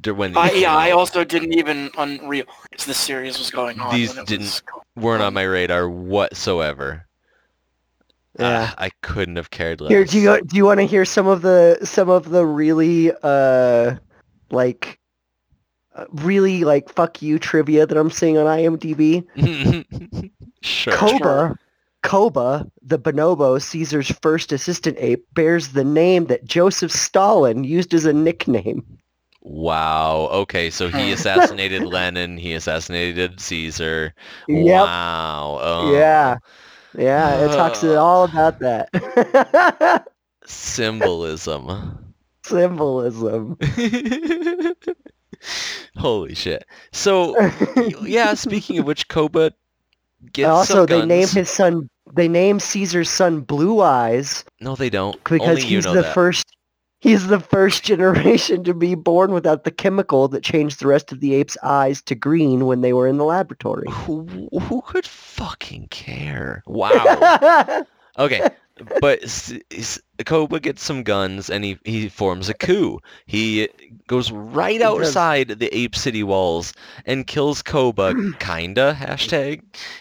Speaker 3: dur- When these
Speaker 2: I,
Speaker 3: came
Speaker 2: yeah, I
Speaker 3: out.
Speaker 2: also didn't even unreal as this series was going on.
Speaker 3: These
Speaker 2: when it
Speaker 3: didn't-
Speaker 2: was-
Speaker 3: weren't on my radar whatsoever.
Speaker 1: Yeah.
Speaker 3: Ah, I couldn't have cared less.
Speaker 1: Here, do you do you want to hear some of the some of the really uh like uh, really like fuck you trivia that I'm seeing on IMDb?
Speaker 3: sure.
Speaker 1: Koba, Koba, the bonobo, Caesar's first assistant ape, bears the name that Joseph Stalin used as a nickname.
Speaker 3: Wow. Okay, so he assassinated Lenin. He assassinated Caesar.
Speaker 1: Yep.
Speaker 3: Wow. Oh.
Speaker 1: Yeah. Yeah, it talks
Speaker 3: Ugh.
Speaker 1: all about that.
Speaker 3: Symbolism.
Speaker 1: Symbolism.
Speaker 3: Holy shit. So, yeah. Speaking of which, Koba gets
Speaker 1: And also,
Speaker 3: some
Speaker 1: they name
Speaker 3: guns.
Speaker 1: his son. They name Caesar's son Blue Eyes
Speaker 3: No, they don't.
Speaker 1: because
Speaker 3: Only you
Speaker 1: he's
Speaker 3: know
Speaker 1: the
Speaker 3: that.
Speaker 1: first. He's the first generation to be born without the chemical that changed the rest of the ape's eyes to green when they were in the laboratory.
Speaker 3: Who, who could fucking care? Wow. Okay, but s- s- Koba gets some guns and he, he forms a coup. He goes right
Speaker 1: does.
Speaker 3: outside the Ape City walls and kills Koba, kinda, hashtag.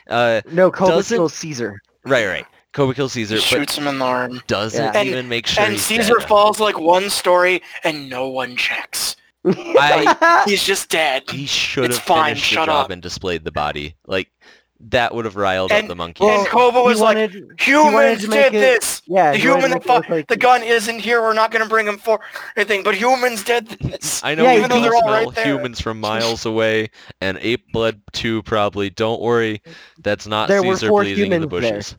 Speaker 3: Uh,
Speaker 1: no, Koba
Speaker 3: Doesn't-
Speaker 1: kills Caesar.
Speaker 3: right, right. Koba kills Caesar,
Speaker 2: He
Speaker 3: but
Speaker 2: shoots him in the arm.
Speaker 3: doesn't
Speaker 1: Yeah.
Speaker 2: And-
Speaker 3: even make sure
Speaker 2: and
Speaker 3: he's
Speaker 2: Caesar
Speaker 3: dead.
Speaker 2: falls like one story and no one checks.
Speaker 3: I-
Speaker 2: He's just dead.
Speaker 3: He should
Speaker 2: It's
Speaker 3: have
Speaker 2: fine,
Speaker 3: finished the
Speaker 2: shut
Speaker 3: job
Speaker 2: up.
Speaker 3: and displayed the body. Like, that would have riled up
Speaker 2: And-
Speaker 3: the monkeys.
Speaker 1: Well,
Speaker 2: and Koba
Speaker 1: He
Speaker 2: was like,
Speaker 1: wanted- wanted
Speaker 2: humans
Speaker 1: to make
Speaker 2: did
Speaker 1: it-
Speaker 2: this.
Speaker 1: yeah,
Speaker 2: the
Speaker 1: he wanted
Speaker 2: human
Speaker 1: to make
Speaker 2: that
Speaker 1: it look
Speaker 2: fought,
Speaker 1: like-
Speaker 2: the gun isn't here. We're not going to bring him for anything. But humans did this.
Speaker 3: I know
Speaker 1: Yeah,
Speaker 3: we
Speaker 1: he
Speaker 3: can
Speaker 1: does.
Speaker 3: smell
Speaker 1: They're all
Speaker 2: right there.
Speaker 3: humans from miles away, and ape blood too, probably. Don't worry, that's not
Speaker 1: There were
Speaker 3: Caesar
Speaker 1: four
Speaker 3: bleeding in the
Speaker 1: humans there.
Speaker 3: bushes.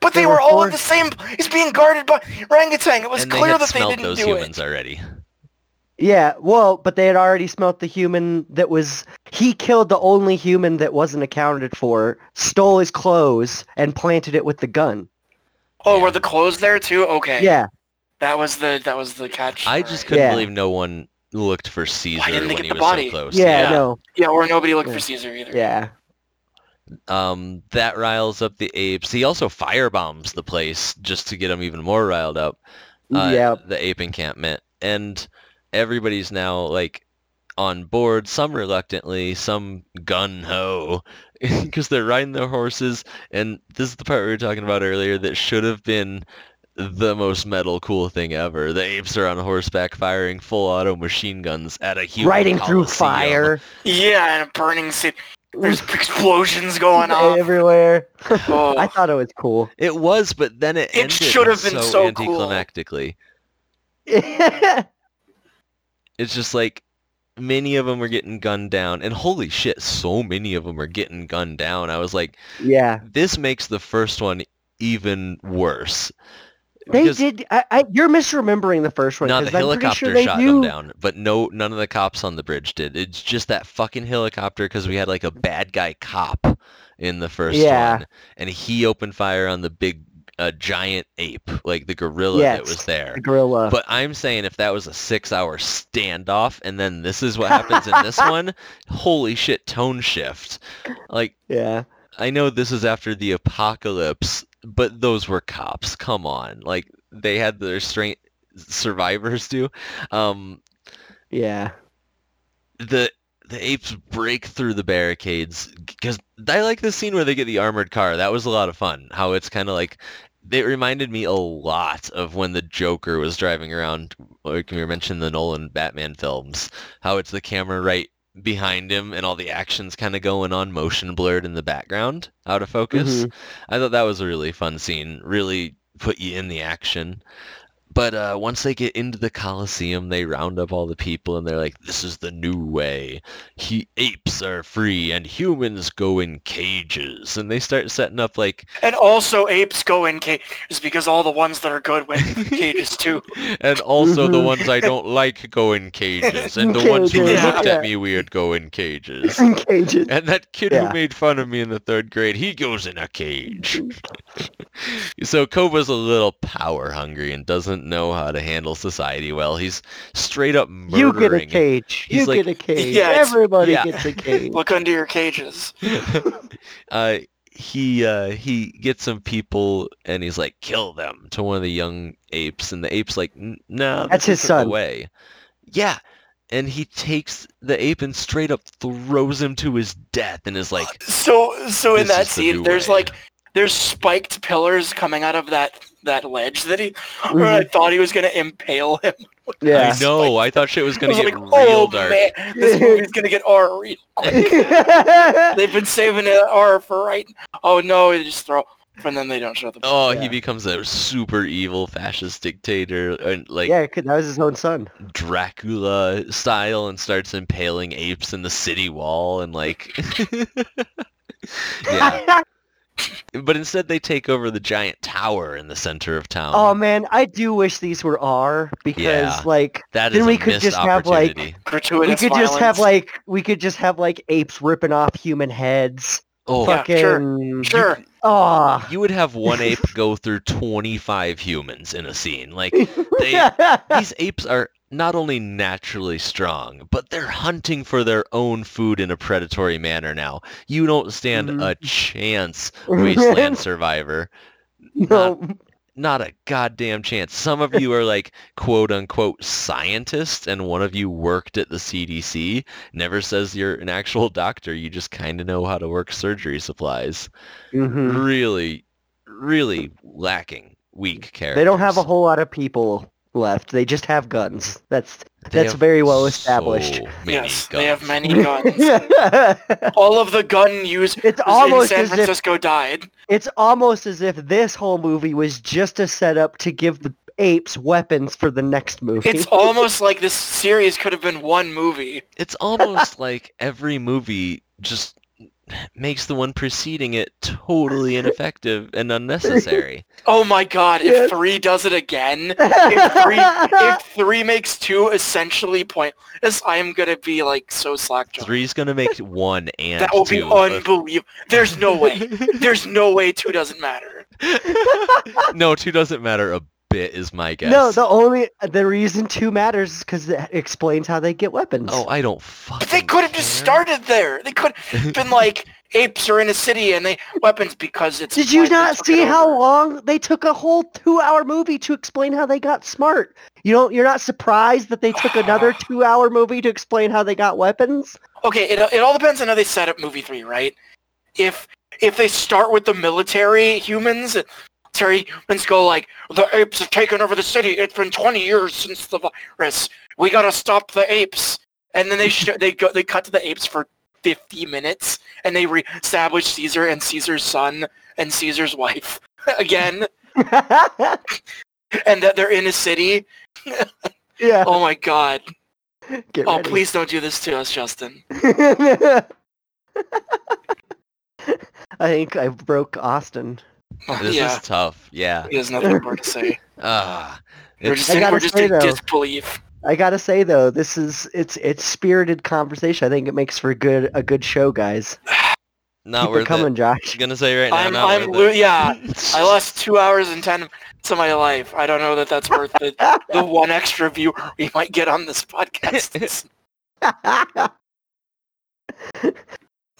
Speaker 2: But they,
Speaker 1: They
Speaker 2: were,
Speaker 1: were
Speaker 2: all in
Speaker 1: forced-
Speaker 2: the same. It's being guarded by orangutan. It was
Speaker 3: and they
Speaker 2: clear
Speaker 3: had
Speaker 2: that they
Speaker 3: smelled
Speaker 2: didn't
Speaker 3: those
Speaker 2: do
Speaker 3: humans
Speaker 2: it.
Speaker 3: already.
Speaker 1: Yeah, well, but they had already smelt the human that was. He killed the only human that wasn't accounted for, stole his clothes, and planted it with the gun.
Speaker 2: Oh, were the clothes there too? Okay.
Speaker 1: Yeah,
Speaker 2: That was the that was the catch.
Speaker 3: I
Speaker 2: All
Speaker 3: just
Speaker 2: right.
Speaker 3: couldn't
Speaker 1: Yeah.
Speaker 3: believe no one looked for Caesar
Speaker 2: didn't they
Speaker 3: when
Speaker 2: get
Speaker 3: he
Speaker 2: the
Speaker 3: was
Speaker 2: body?
Speaker 3: so close.
Speaker 1: yeah,
Speaker 2: Yeah.
Speaker 1: no,
Speaker 2: Yeah, or nobody looked
Speaker 1: Yeah.
Speaker 2: for Caesar either.
Speaker 1: yeah.
Speaker 3: Um, that riles up the apes. He also firebombs the place just to get them even more riled up. uh,
Speaker 1: yep.
Speaker 3: the ape encampment and everybody's now like on board some reluctantly some gun ho because they're riding their horses and this is the part we were talking about earlier that should have been the most metal cool thing ever the apes are on horseback firing full auto machine guns at a human
Speaker 1: Riding through
Speaker 3: coliseum.
Speaker 1: fire
Speaker 2: Yeah, and a burning city. There's explosions going on.
Speaker 1: everywhere.
Speaker 2: Oh.
Speaker 1: I thought it was cool.
Speaker 3: it was but then it,
Speaker 2: It
Speaker 3: ended
Speaker 2: should have been
Speaker 3: so,
Speaker 2: so cool.
Speaker 3: anticlimactically
Speaker 1: yeah,
Speaker 3: it's just like many of them are getting gunned down and holy shit so many of them are getting gunned down i was like this makes the first one even worse
Speaker 1: they
Speaker 3: Because-
Speaker 1: did. I, I, you're misremembering the first one
Speaker 3: no, the
Speaker 1: because I'm pretty
Speaker 3: helicopter
Speaker 1: sure they
Speaker 3: shot
Speaker 1: do.
Speaker 3: them down, but no, none of the cops on the bridge did. It's just that fucking helicopter because we had like a bad guy cop in the first
Speaker 1: Yeah.
Speaker 3: one, and he opened fire on the big, uh, giant ape, like the gorilla that
Speaker 1: Yes.
Speaker 3: was there.
Speaker 1: The gorilla.
Speaker 3: But I'm saying if that was a six-hour standoff, and then this is what happens in this one, holy shit, tone shift. Like
Speaker 1: yeah.
Speaker 3: I know this is after the apocalypse, but those were cops. Come on, like they had their strength. Survivors do. Um,
Speaker 1: Yeah.
Speaker 3: the the apes break through the barricades because I like the scene where they get the armored car. That was a lot of fun. How it's kind of like it reminded me a lot of when the Joker was driving around. Like we mentioned the Nolan Batman films, how it's the camera right behind him and all the actions kind of going on, motion blurred in the background, out of focus.
Speaker 1: Mhm.
Speaker 3: I thought that was a really fun scene. Really put you in the action. But uh, once they get into the Coliseum, they round up all the people and they're like, "This is the new way. He apes are free and humans go in cages." And they start setting up like,
Speaker 2: And also apes go in cages because all the ones that are good went in cages too.
Speaker 3: and also the
Speaker 1: Mhm.
Speaker 3: ones I don't like go in cages, and the ones who
Speaker 2: Cages,
Speaker 3: looked
Speaker 1: yeah.
Speaker 3: at me weird go in cages.
Speaker 1: In cages.
Speaker 3: And that kid
Speaker 1: Yeah.
Speaker 3: who made fun of me in the third grade, he goes in a cage. so Koba's a little power hungry and doesn't know how to handle society well. He's straight up
Speaker 1: You
Speaker 3: murdering.
Speaker 1: get a cage.
Speaker 3: He's
Speaker 1: you
Speaker 3: like-
Speaker 1: get a cage.
Speaker 2: Yeah, it's-
Speaker 1: Everybody
Speaker 3: yeah.
Speaker 1: gets a cage.
Speaker 2: Look under your cages.
Speaker 3: uh, he uh, he gets some people and he's like, kill them to one of the young apes, and the ape's like, no,
Speaker 1: That's his son.
Speaker 3: Away, yeah. And he takes the ape and straight up throws him to his death, and is like,
Speaker 2: So so in
Speaker 3: This
Speaker 2: that
Speaker 3: is the
Speaker 2: scene
Speaker 3: new
Speaker 2: there's
Speaker 3: way.
Speaker 2: like there's spiked pillars coming out of that that ledge that he
Speaker 1: Mm-hmm.
Speaker 2: where I thought he was gonna impale him.
Speaker 1: Yeah.
Speaker 3: I know. I thought shit was
Speaker 2: I
Speaker 3: gonna
Speaker 2: was
Speaker 3: get
Speaker 2: like,
Speaker 3: real
Speaker 2: oh
Speaker 3: dark.
Speaker 2: man, this movie's gonna get R real quick. They've been saving it R for right. Oh no, they just throw and then they don't show the.
Speaker 3: Oh, he
Speaker 1: Yeah.
Speaker 3: becomes a super evil fascist dictator, and like
Speaker 1: yeah, it could- that was his own son.
Speaker 3: Dracula style, and starts impaling apes in the city wall, and like, yeah. But instead, they take over the giant tower in the center of town.
Speaker 1: oh man, I do wish these were R because
Speaker 3: um, Yeah.
Speaker 1: like
Speaker 3: that is
Speaker 1: then
Speaker 3: a
Speaker 1: we could
Speaker 3: missed
Speaker 1: just have, like-
Speaker 3: opportunity.
Speaker 2: gratuitous
Speaker 1: we could
Speaker 2: violence.
Speaker 1: just have like we could just have like apes ripping off human heads.
Speaker 3: oh,
Speaker 2: Yeah,
Speaker 1: fucking
Speaker 2: sure, sure.
Speaker 1: Oh.
Speaker 3: you would have one ape go through 25 humans in a scene. Like, they, these apes are not only naturally strong, but they're hunting for their own food in a predatory manner now. You don't stand a
Speaker 1: Mm-hmm.
Speaker 3: chance, wasteland survivor.
Speaker 1: no.
Speaker 3: Not a goddamn chance. Some of you are like quote unquote scientists and one of you worked at the CDC. Never says you're an actual doctor. You just kind of know how to work surgery supplies.
Speaker 1: Mhm.
Speaker 3: Really, really lacking weak characters.
Speaker 1: They don't have a whole lot of people left. They just have guns. That's
Speaker 3: They
Speaker 1: that's
Speaker 3: have
Speaker 1: very well established.
Speaker 3: so many
Speaker 2: Yes, they have
Speaker 3: guns.
Speaker 2: many guns.
Speaker 1: it's
Speaker 2: All of the gun users in
Speaker 1: almost
Speaker 2: San
Speaker 1: as if
Speaker 2: Francisco died.
Speaker 1: It's almost as if this whole movie was just a setup to give the apes weapons for the next movie.
Speaker 2: It's almost like this series could have been one movie.
Speaker 3: It's almost like every movie just makes the one preceding it totally ineffective and unnecessary.
Speaker 2: Oh my god, if
Speaker 1: Yes.
Speaker 2: three does it again, if three if three makes two essentially pointless, I am gonna be like so slackjawed.
Speaker 3: Three's gonna make one and
Speaker 2: That will be
Speaker 3: two.
Speaker 2: unbelievable. There's no way. There's no way two doesn't matter.
Speaker 3: no, two doesn't matter a bit is my guess.
Speaker 1: No, the only the reason two matters is because it explains how they get weapons.
Speaker 3: oh, I don't fucking.
Speaker 2: But they could have just
Speaker 3: care.
Speaker 2: started there. They could have been like apes are in a city and they weapons because it's.
Speaker 1: Did you
Speaker 2: why they
Speaker 1: not
Speaker 2: took
Speaker 1: see
Speaker 2: it
Speaker 1: how
Speaker 2: over.
Speaker 1: long they took a whole two-hour movie to explain how they got smart? You don't. You're not surprised that they took another two-hour movie to explain how they got weapons.
Speaker 2: Okay, it it all depends on how they set up movie three, right? If if they start with the military humans, military humans go like the apes have taken over the city. It's been twenty years since the virus. We gotta stop the apes. And then they sh- they go they cut to the apes for fifty minutes, and they reestablish Caesar and Caesar's son and Caesar's wife again, and that they're in a city.
Speaker 1: yeah.
Speaker 2: Oh my god!
Speaker 1: get
Speaker 2: Oh
Speaker 1: ready.
Speaker 2: please don't do this to us, Justin.
Speaker 1: I think I broke Austin.
Speaker 3: This
Speaker 2: yeah,
Speaker 3: is tough. Yeah.
Speaker 2: he has nothing more to say.
Speaker 3: Ah,
Speaker 2: We're
Speaker 3: it's-
Speaker 2: just,
Speaker 1: I
Speaker 2: in,
Speaker 1: gotta
Speaker 2: we're just
Speaker 1: say,
Speaker 2: in
Speaker 1: though-
Speaker 2: disbelief.
Speaker 1: I gotta say though, this is it's it's spirited conversation. I think it makes for good a good show, guys.
Speaker 3: not
Speaker 1: Keep
Speaker 3: worth
Speaker 1: it coming,
Speaker 3: it.
Speaker 1: Josh.
Speaker 3: I'm gonna say right now.
Speaker 2: I'm,
Speaker 3: not
Speaker 2: I'm,
Speaker 3: worth
Speaker 2: lo-
Speaker 3: it.
Speaker 2: yeah. I lost two hours and ten minutes of my life. I don't know that that's worth the, the one extra view we might get on this podcast.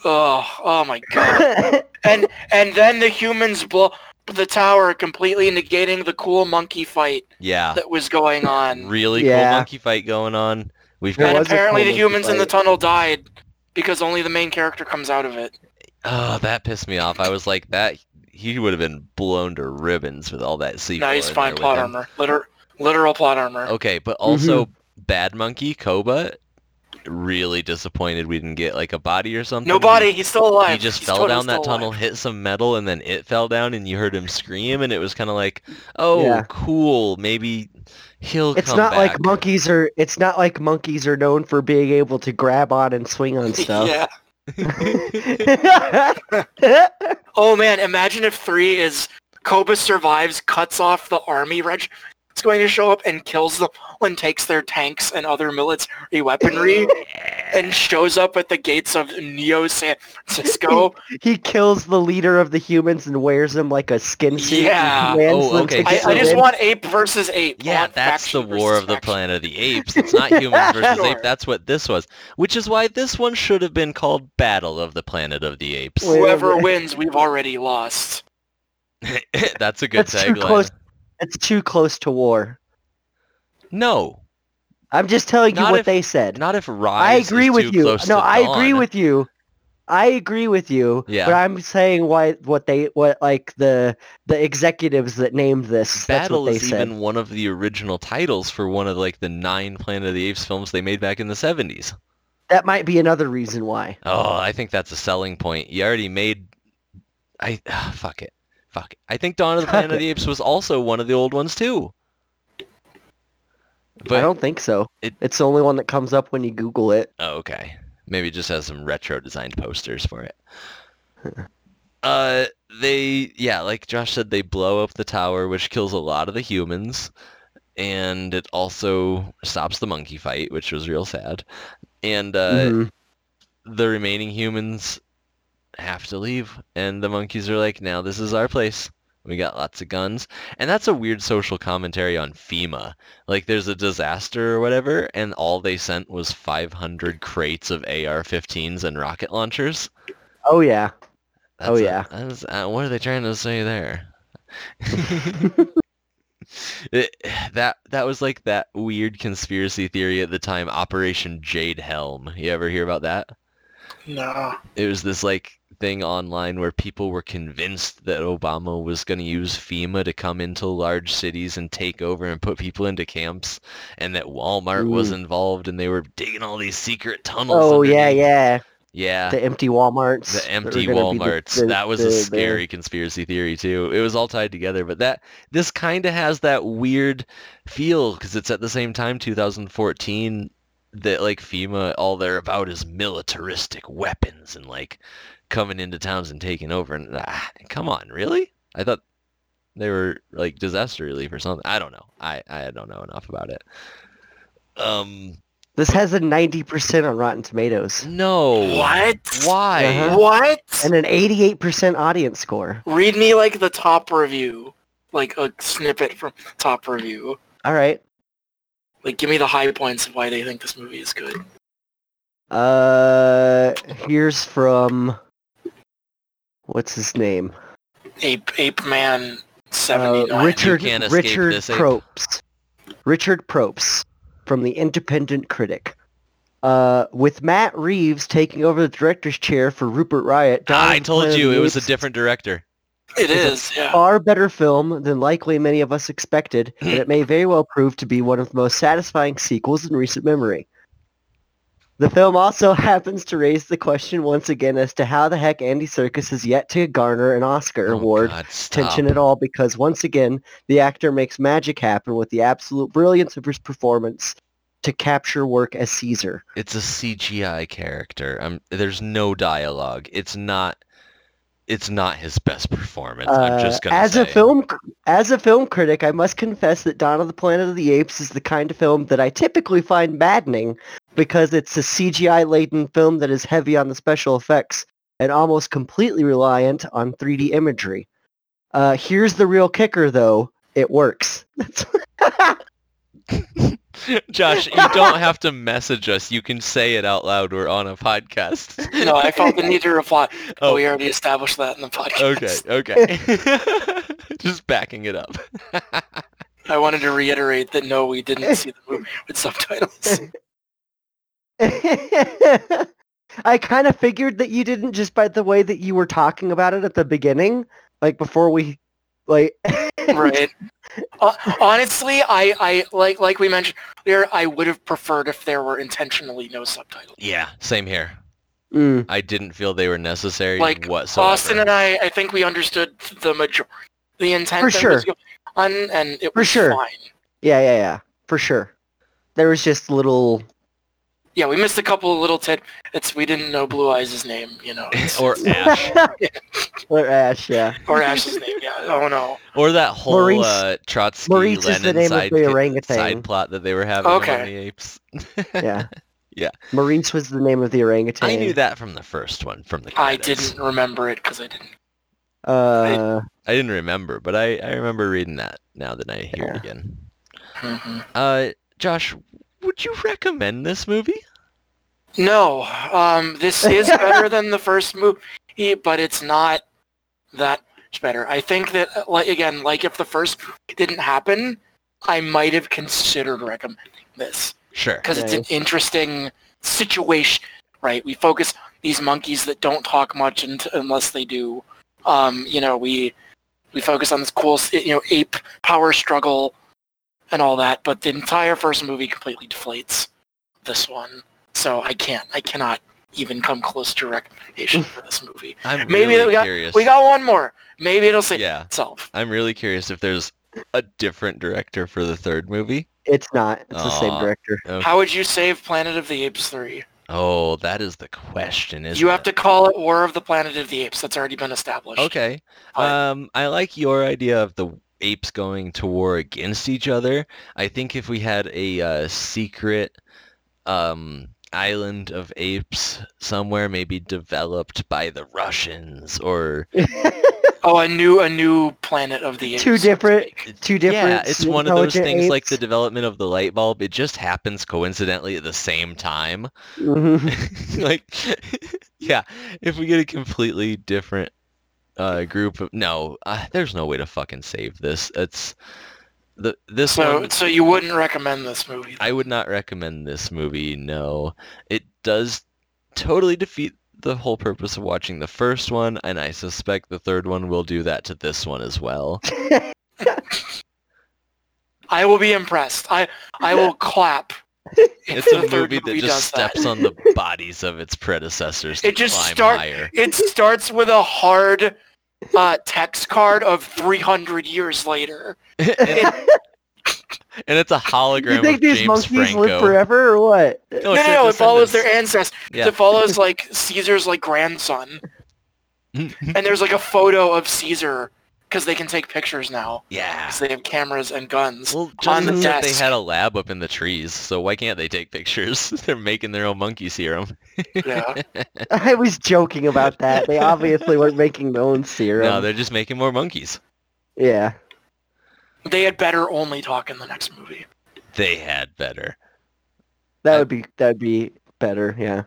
Speaker 2: oh, oh my god! And and then the humans blow up the tower, completely negating the cool monkey fight
Speaker 3: Yeah.
Speaker 2: that was going on.
Speaker 3: Really
Speaker 1: Yeah.
Speaker 3: cool monkey fight going on. We've
Speaker 1: There
Speaker 3: got
Speaker 2: And
Speaker 1: was a cool
Speaker 2: apparently, the
Speaker 1: monkey
Speaker 2: humans in the
Speaker 1: fight.
Speaker 2: tunnel died because only the main character comes out of it.
Speaker 3: Oh, that pissed me off. I was like, that he would have been blown to ribbons with all that C4.
Speaker 2: Nice,
Speaker 3: in
Speaker 2: fine
Speaker 3: there with
Speaker 2: plot
Speaker 3: him.
Speaker 2: armor, Liter- literal plot armor.
Speaker 3: Okay,
Speaker 1: Mm-hmm.
Speaker 3: but also Bad Monkey Koba, really disappointed we didn't get like a body or something.
Speaker 2: No body. He's still
Speaker 3: He,
Speaker 2: alive.
Speaker 3: he just
Speaker 2: He's
Speaker 3: fell
Speaker 2: totally
Speaker 3: down that
Speaker 2: still alive.
Speaker 3: tunnel, hit some metal, and then it fell down, and you heard him scream, and it was kind of like, oh,
Speaker 1: Yeah.
Speaker 3: cool, maybe he'll
Speaker 1: It's
Speaker 3: come
Speaker 1: not like
Speaker 3: back.
Speaker 1: monkeys are. It's not like monkeys are known for being able to grab on and swing on stuff.
Speaker 2: Yeah. Oh man, imagine if three is Koba survives, cuts off the army regiment that's going to show up and kills them and takes their tanks and other military weaponry and shows up at the gates of Neo San Francisco.
Speaker 1: he kills the leader of the humans and wears him like a skin suit. and
Speaker 2: Yeah.
Speaker 1: commands
Speaker 3: Oh,
Speaker 1: them
Speaker 3: okay,
Speaker 1: to
Speaker 2: I, I
Speaker 1: give
Speaker 2: just
Speaker 1: in.
Speaker 2: want ape versus ape. I
Speaker 3: Yeah,
Speaker 2: want
Speaker 3: that's the
Speaker 2: faction
Speaker 3: War
Speaker 2: versus
Speaker 3: of the
Speaker 2: faction.
Speaker 3: Planet of the Apes. It's not humans versus
Speaker 2: Sure.
Speaker 3: ape. That's what this was, which is why this one should have been called Battle of the Planet of the Apes.
Speaker 1: Wait.
Speaker 2: Whoever wins, we've already lost.
Speaker 3: that's a good
Speaker 1: That's too
Speaker 3: tagline.
Speaker 1: close. It's too close to war.
Speaker 3: No,
Speaker 1: I'm just telling you
Speaker 3: Not
Speaker 1: what
Speaker 3: if-
Speaker 1: they said.
Speaker 3: not if rise.
Speaker 1: I agree
Speaker 3: is
Speaker 1: with
Speaker 3: too
Speaker 1: you.
Speaker 3: Close
Speaker 1: No,
Speaker 3: to
Speaker 1: I agree
Speaker 3: dawn.
Speaker 1: with you. I agree with you,
Speaker 3: Yeah.
Speaker 1: but I'm saying why what they what like the the executives that named this
Speaker 3: Battle
Speaker 1: that's
Speaker 3: is
Speaker 1: what they
Speaker 3: even one of the original titles for one of like the nine Planet of the Apes films they made back in the 70s.
Speaker 1: said. That might be another reason why.
Speaker 3: Oh, I think that's a selling point. You already made I fuck it. Fuck it. I think Dawn of the
Speaker 1: Fuck
Speaker 3: Planet of
Speaker 1: it.
Speaker 3: the Apes was also one of the old ones too.
Speaker 1: I
Speaker 3: But
Speaker 1: don't think so.
Speaker 3: it-
Speaker 1: it's the only one that comes up when you Google it.
Speaker 3: Oh, okay. Maybe it just has some retro designed posters for it. uh, they yeah, like Josh said, they blow up the tower, which kills a lot of the humans, and it also stops the monkey fight, which was real sad. And uh,
Speaker 1: Mhm.
Speaker 3: the remaining humans have to leave, and the monkeys are like, now this is our place. We got lots of guns. And that's a weird social commentary on FEMA. Like there's a disaster or whatever, and all they sent was 500 crates of AR-15s and rocket launchers.
Speaker 1: Oh yeah.
Speaker 3: That's
Speaker 1: Oh,
Speaker 3: a-
Speaker 1: yeah.
Speaker 3: that's- uh, what are they trying to say there? It- that that was like that weird conspiracy theory at the time, Operation Jade Helm. You ever hear about that?
Speaker 2: No.
Speaker 3: it was this like thing online where people were convinced that Obama was going to use FEMA to come into large cities and take over and put people into camps and that Walmart was
Speaker 1: Ooh.
Speaker 3: involved and they were digging all these secret tunnels.
Speaker 1: Oh yeah,
Speaker 3: underneath.
Speaker 1: yeah.
Speaker 3: Yeah.
Speaker 1: The empty Walmarts. that
Speaker 3: The
Speaker 1: were
Speaker 3: empty
Speaker 1: gonna be the-
Speaker 3: Walmarts.
Speaker 1: the-
Speaker 3: that was
Speaker 1: the-
Speaker 3: a
Speaker 1: the-
Speaker 3: scary conspiracy theory too. It was all tied together, but that this kind of has that weird feel because it's at the same time 2014 that like FEMA, all they're about is militaristic weapons and like coming into towns and taking over. And ah, come on, really? I thought they were like disaster relief or something. I don't know. I I don't know enough about it. Um,
Speaker 1: This has a 90% on Rotten Tomatoes
Speaker 3: no.
Speaker 2: What?
Speaker 3: Why?
Speaker 1: Uh-huh.
Speaker 2: What?
Speaker 1: and an 88% audience score.
Speaker 2: Read me like the top review, like a snippet from top review.
Speaker 1: All right.
Speaker 2: Like, give me the high points of why they think this movie is good.
Speaker 1: Uh, here's from what's his name?
Speaker 2: Ape, Ape Man
Speaker 1: Uh,
Speaker 2: seventy nine.
Speaker 1: Richard
Speaker 3: You can't escape
Speaker 1: Richard
Speaker 3: this ape.
Speaker 1: Propes. Richard Propes from the Independent Critic. Uh, with Matt Reeves taking over the director's chair for Rupert Riot. Dawn
Speaker 3: I
Speaker 1: of the
Speaker 3: told
Speaker 1: Planet
Speaker 3: you
Speaker 1: of the
Speaker 3: it was a
Speaker 1: Apes
Speaker 3: different director.
Speaker 2: It is. Yeah.
Speaker 1: far better film than likely many of us expected, and it may very well prove to be one of the most satisfying sequels in recent memory. The film also happens to raise the question once again as to how the heck Andy Serkis has yet to garner an Oscar
Speaker 3: Oh,
Speaker 1: award
Speaker 3: God,
Speaker 1: attention
Speaker 3: stop.
Speaker 1: at all because once again, the actor makes magic happen with the absolute brilliance of his performance to capture work as Caesar.
Speaker 3: It's a CGI character. I'm, there's no dialogue. It's not. It's not his best performance. I'm just
Speaker 1: Uh,
Speaker 3: gonna
Speaker 1: as a
Speaker 3: say.
Speaker 1: film cr- as a film critic, I must confess that Dawn of the Planet of the Apes is the kind of film that I typically find maddening because it's a CGI laden film that is heavy on the special effects and almost completely reliant on 3D imagery. Uh, here's the real kicker, though: it works.
Speaker 3: Josh, you don't have to message us. You can say it out loud. We're on a podcast.
Speaker 2: No, I felt the need to reply.
Speaker 3: Oh.
Speaker 2: Oh, we already established that in the podcast.
Speaker 3: Okay. Okay. just backing it up.
Speaker 2: I wanted to reiterate that no, we didn't see the movie with subtitles.
Speaker 1: I kind of figured that you didn't just by the way that you were talking about it at the beginning, like before we, like.
Speaker 2: right. Uh, honestly, I, I like like we mentioned earlier, I would have preferred if there were intentionally no subtitles.
Speaker 3: Yeah. Same here.
Speaker 1: Mm.
Speaker 3: I didn't feel they were necessary
Speaker 2: Like,
Speaker 3: whatsoever.
Speaker 2: Austin and I, I think we understood the major, the intent
Speaker 1: For
Speaker 2: that
Speaker 1: sure.
Speaker 2: was going on, and it
Speaker 1: For
Speaker 2: was
Speaker 1: sure.
Speaker 2: fine.
Speaker 1: Yeah, yeah, yeah, for sure. There was just little.
Speaker 2: Yeah, we missed a couple of little tidbits. We didn't know Blue Eyes' name, you know, it's-
Speaker 3: or Ash.
Speaker 1: Or Ash, yeah.
Speaker 2: or Ash's name. Yeah. Oh no.
Speaker 3: Or that whole
Speaker 1: Maurice-
Speaker 3: uh, Trotsky
Speaker 1: Maurice is
Speaker 3: Lenin
Speaker 1: the name
Speaker 3: side,
Speaker 1: of the orangutan.
Speaker 3: side plot that they were having among
Speaker 2: Okay.
Speaker 3: the apes.
Speaker 1: Yeah.
Speaker 3: Yeah.
Speaker 1: Maurice was the name of the orangutan.
Speaker 3: I knew that from the first one, from the
Speaker 2: I
Speaker 3: credits.
Speaker 2: didn't remember it because I didn't.
Speaker 1: Uh,
Speaker 3: I didn't remember, but I, I remember reading that now that I hear it again.
Speaker 2: Mhm.
Speaker 3: Uh, Josh, would you recommend this movie?
Speaker 2: No, um, this is better than the first movie, but it's not that much better. I think that, uh, like again, like if the first didn't happen, I might have considered recommending this
Speaker 3: Sure.
Speaker 2: because it's an interesting situation right? We focus these monkeys that don't talk much unt unless they do. Um, you know, we we focus on this cool, s- you know, ape power struggle and all that, but the entire first movie completely deflates this one. So I can't, I cannot even come close to a recommendation for this movie.
Speaker 3: I'm
Speaker 2: Maybe
Speaker 3: really
Speaker 2: we got-
Speaker 3: curious.
Speaker 2: We got one more. Maybe it'll save
Speaker 3: yeah,
Speaker 2: itself.
Speaker 3: I'm really curious if there's a different director for the third movie.
Speaker 1: It's not. It's the same
Speaker 3: Aw.
Speaker 1: director.
Speaker 2: How would you save Planet of the Apes 3?
Speaker 3: Oh, that is the question, isn't
Speaker 2: You have
Speaker 3: it?
Speaker 2: to call it War of the Planet of the Apes. That's already been established.
Speaker 3: Okay.
Speaker 2: Alright.
Speaker 3: Um, I like your idea of the apes going to war against each other. I think if we had a uh, secret um, island of apes somewhere, maybe developed by the Russians or
Speaker 2: Oh, a new a new Planet of the Apes.
Speaker 1: Two
Speaker 2: so to
Speaker 1: different-
Speaker 2: speak.
Speaker 1: Two different.
Speaker 3: yeah, it's one of those
Speaker 1: intelligent
Speaker 3: things like the
Speaker 1: apes.
Speaker 3: development of the light bulb. It just happens coincidentally at the same time.
Speaker 1: Mhm.
Speaker 3: like, yeah, if we get a completely different uh, group of no, uh, there's no way to fucking save this. It's the this
Speaker 2: So
Speaker 3: one.
Speaker 2: so you wouldn't recommend this movie.
Speaker 3: I would not recommend this movie. No, it does totally defeat the whole purpose of watching the first one, and I suspect the third one will do that to this one as well.
Speaker 2: I will be impressed. I I will clap. if
Speaker 3: It's a
Speaker 2: the third
Speaker 3: movie that
Speaker 2: does
Speaker 3: just
Speaker 2: that.
Speaker 3: steps on the bodies of its predecessors to
Speaker 2: It just
Speaker 3: climb
Speaker 2: start-
Speaker 3: higher.
Speaker 2: It starts with a hard uh, text card of 300 years later.
Speaker 3: and, and it's a hologram
Speaker 1: you Mm-hmm. think
Speaker 3: of
Speaker 1: these
Speaker 3: James
Speaker 1: monkeys
Speaker 3: Franco.
Speaker 1: live forever or what?
Speaker 3: No,
Speaker 2: no, no,
Speaker 3: it's their
Speaker 2: no, it follows their
Speaker 3: descendants.
Speaker 2: ancestors.
Speaker 3: Yeah.
Speaker 2: It follows like Caesar's like grandson, and there's like a photo of Caesar because they can take pictures now
Speaker 3: yeah.
Speaker 2: because they have cameras and guns.
Speaker 3: Well,
Speaker 2: on
Speaker 3: Justin
Speaker 2: the
Speaker 3: said they
Speaker 2: desk.
Speaker 3: had a lab up in the trees, so why can't they take pictures? They're making their own monkey serum.
Speaker 2: Yeah.
Speaker 1: I was joking about that. They obviously weren't making their own serum.
Speaker 3: No, they're just making more monkeys.
Speaker 1: yeah.
Speaker 2: They had better only talk in the next movie.
Speaker 3: They had better.
Speaker 1: That
Speaker 3: I-
Speaker 1: would be that would be better, yeah.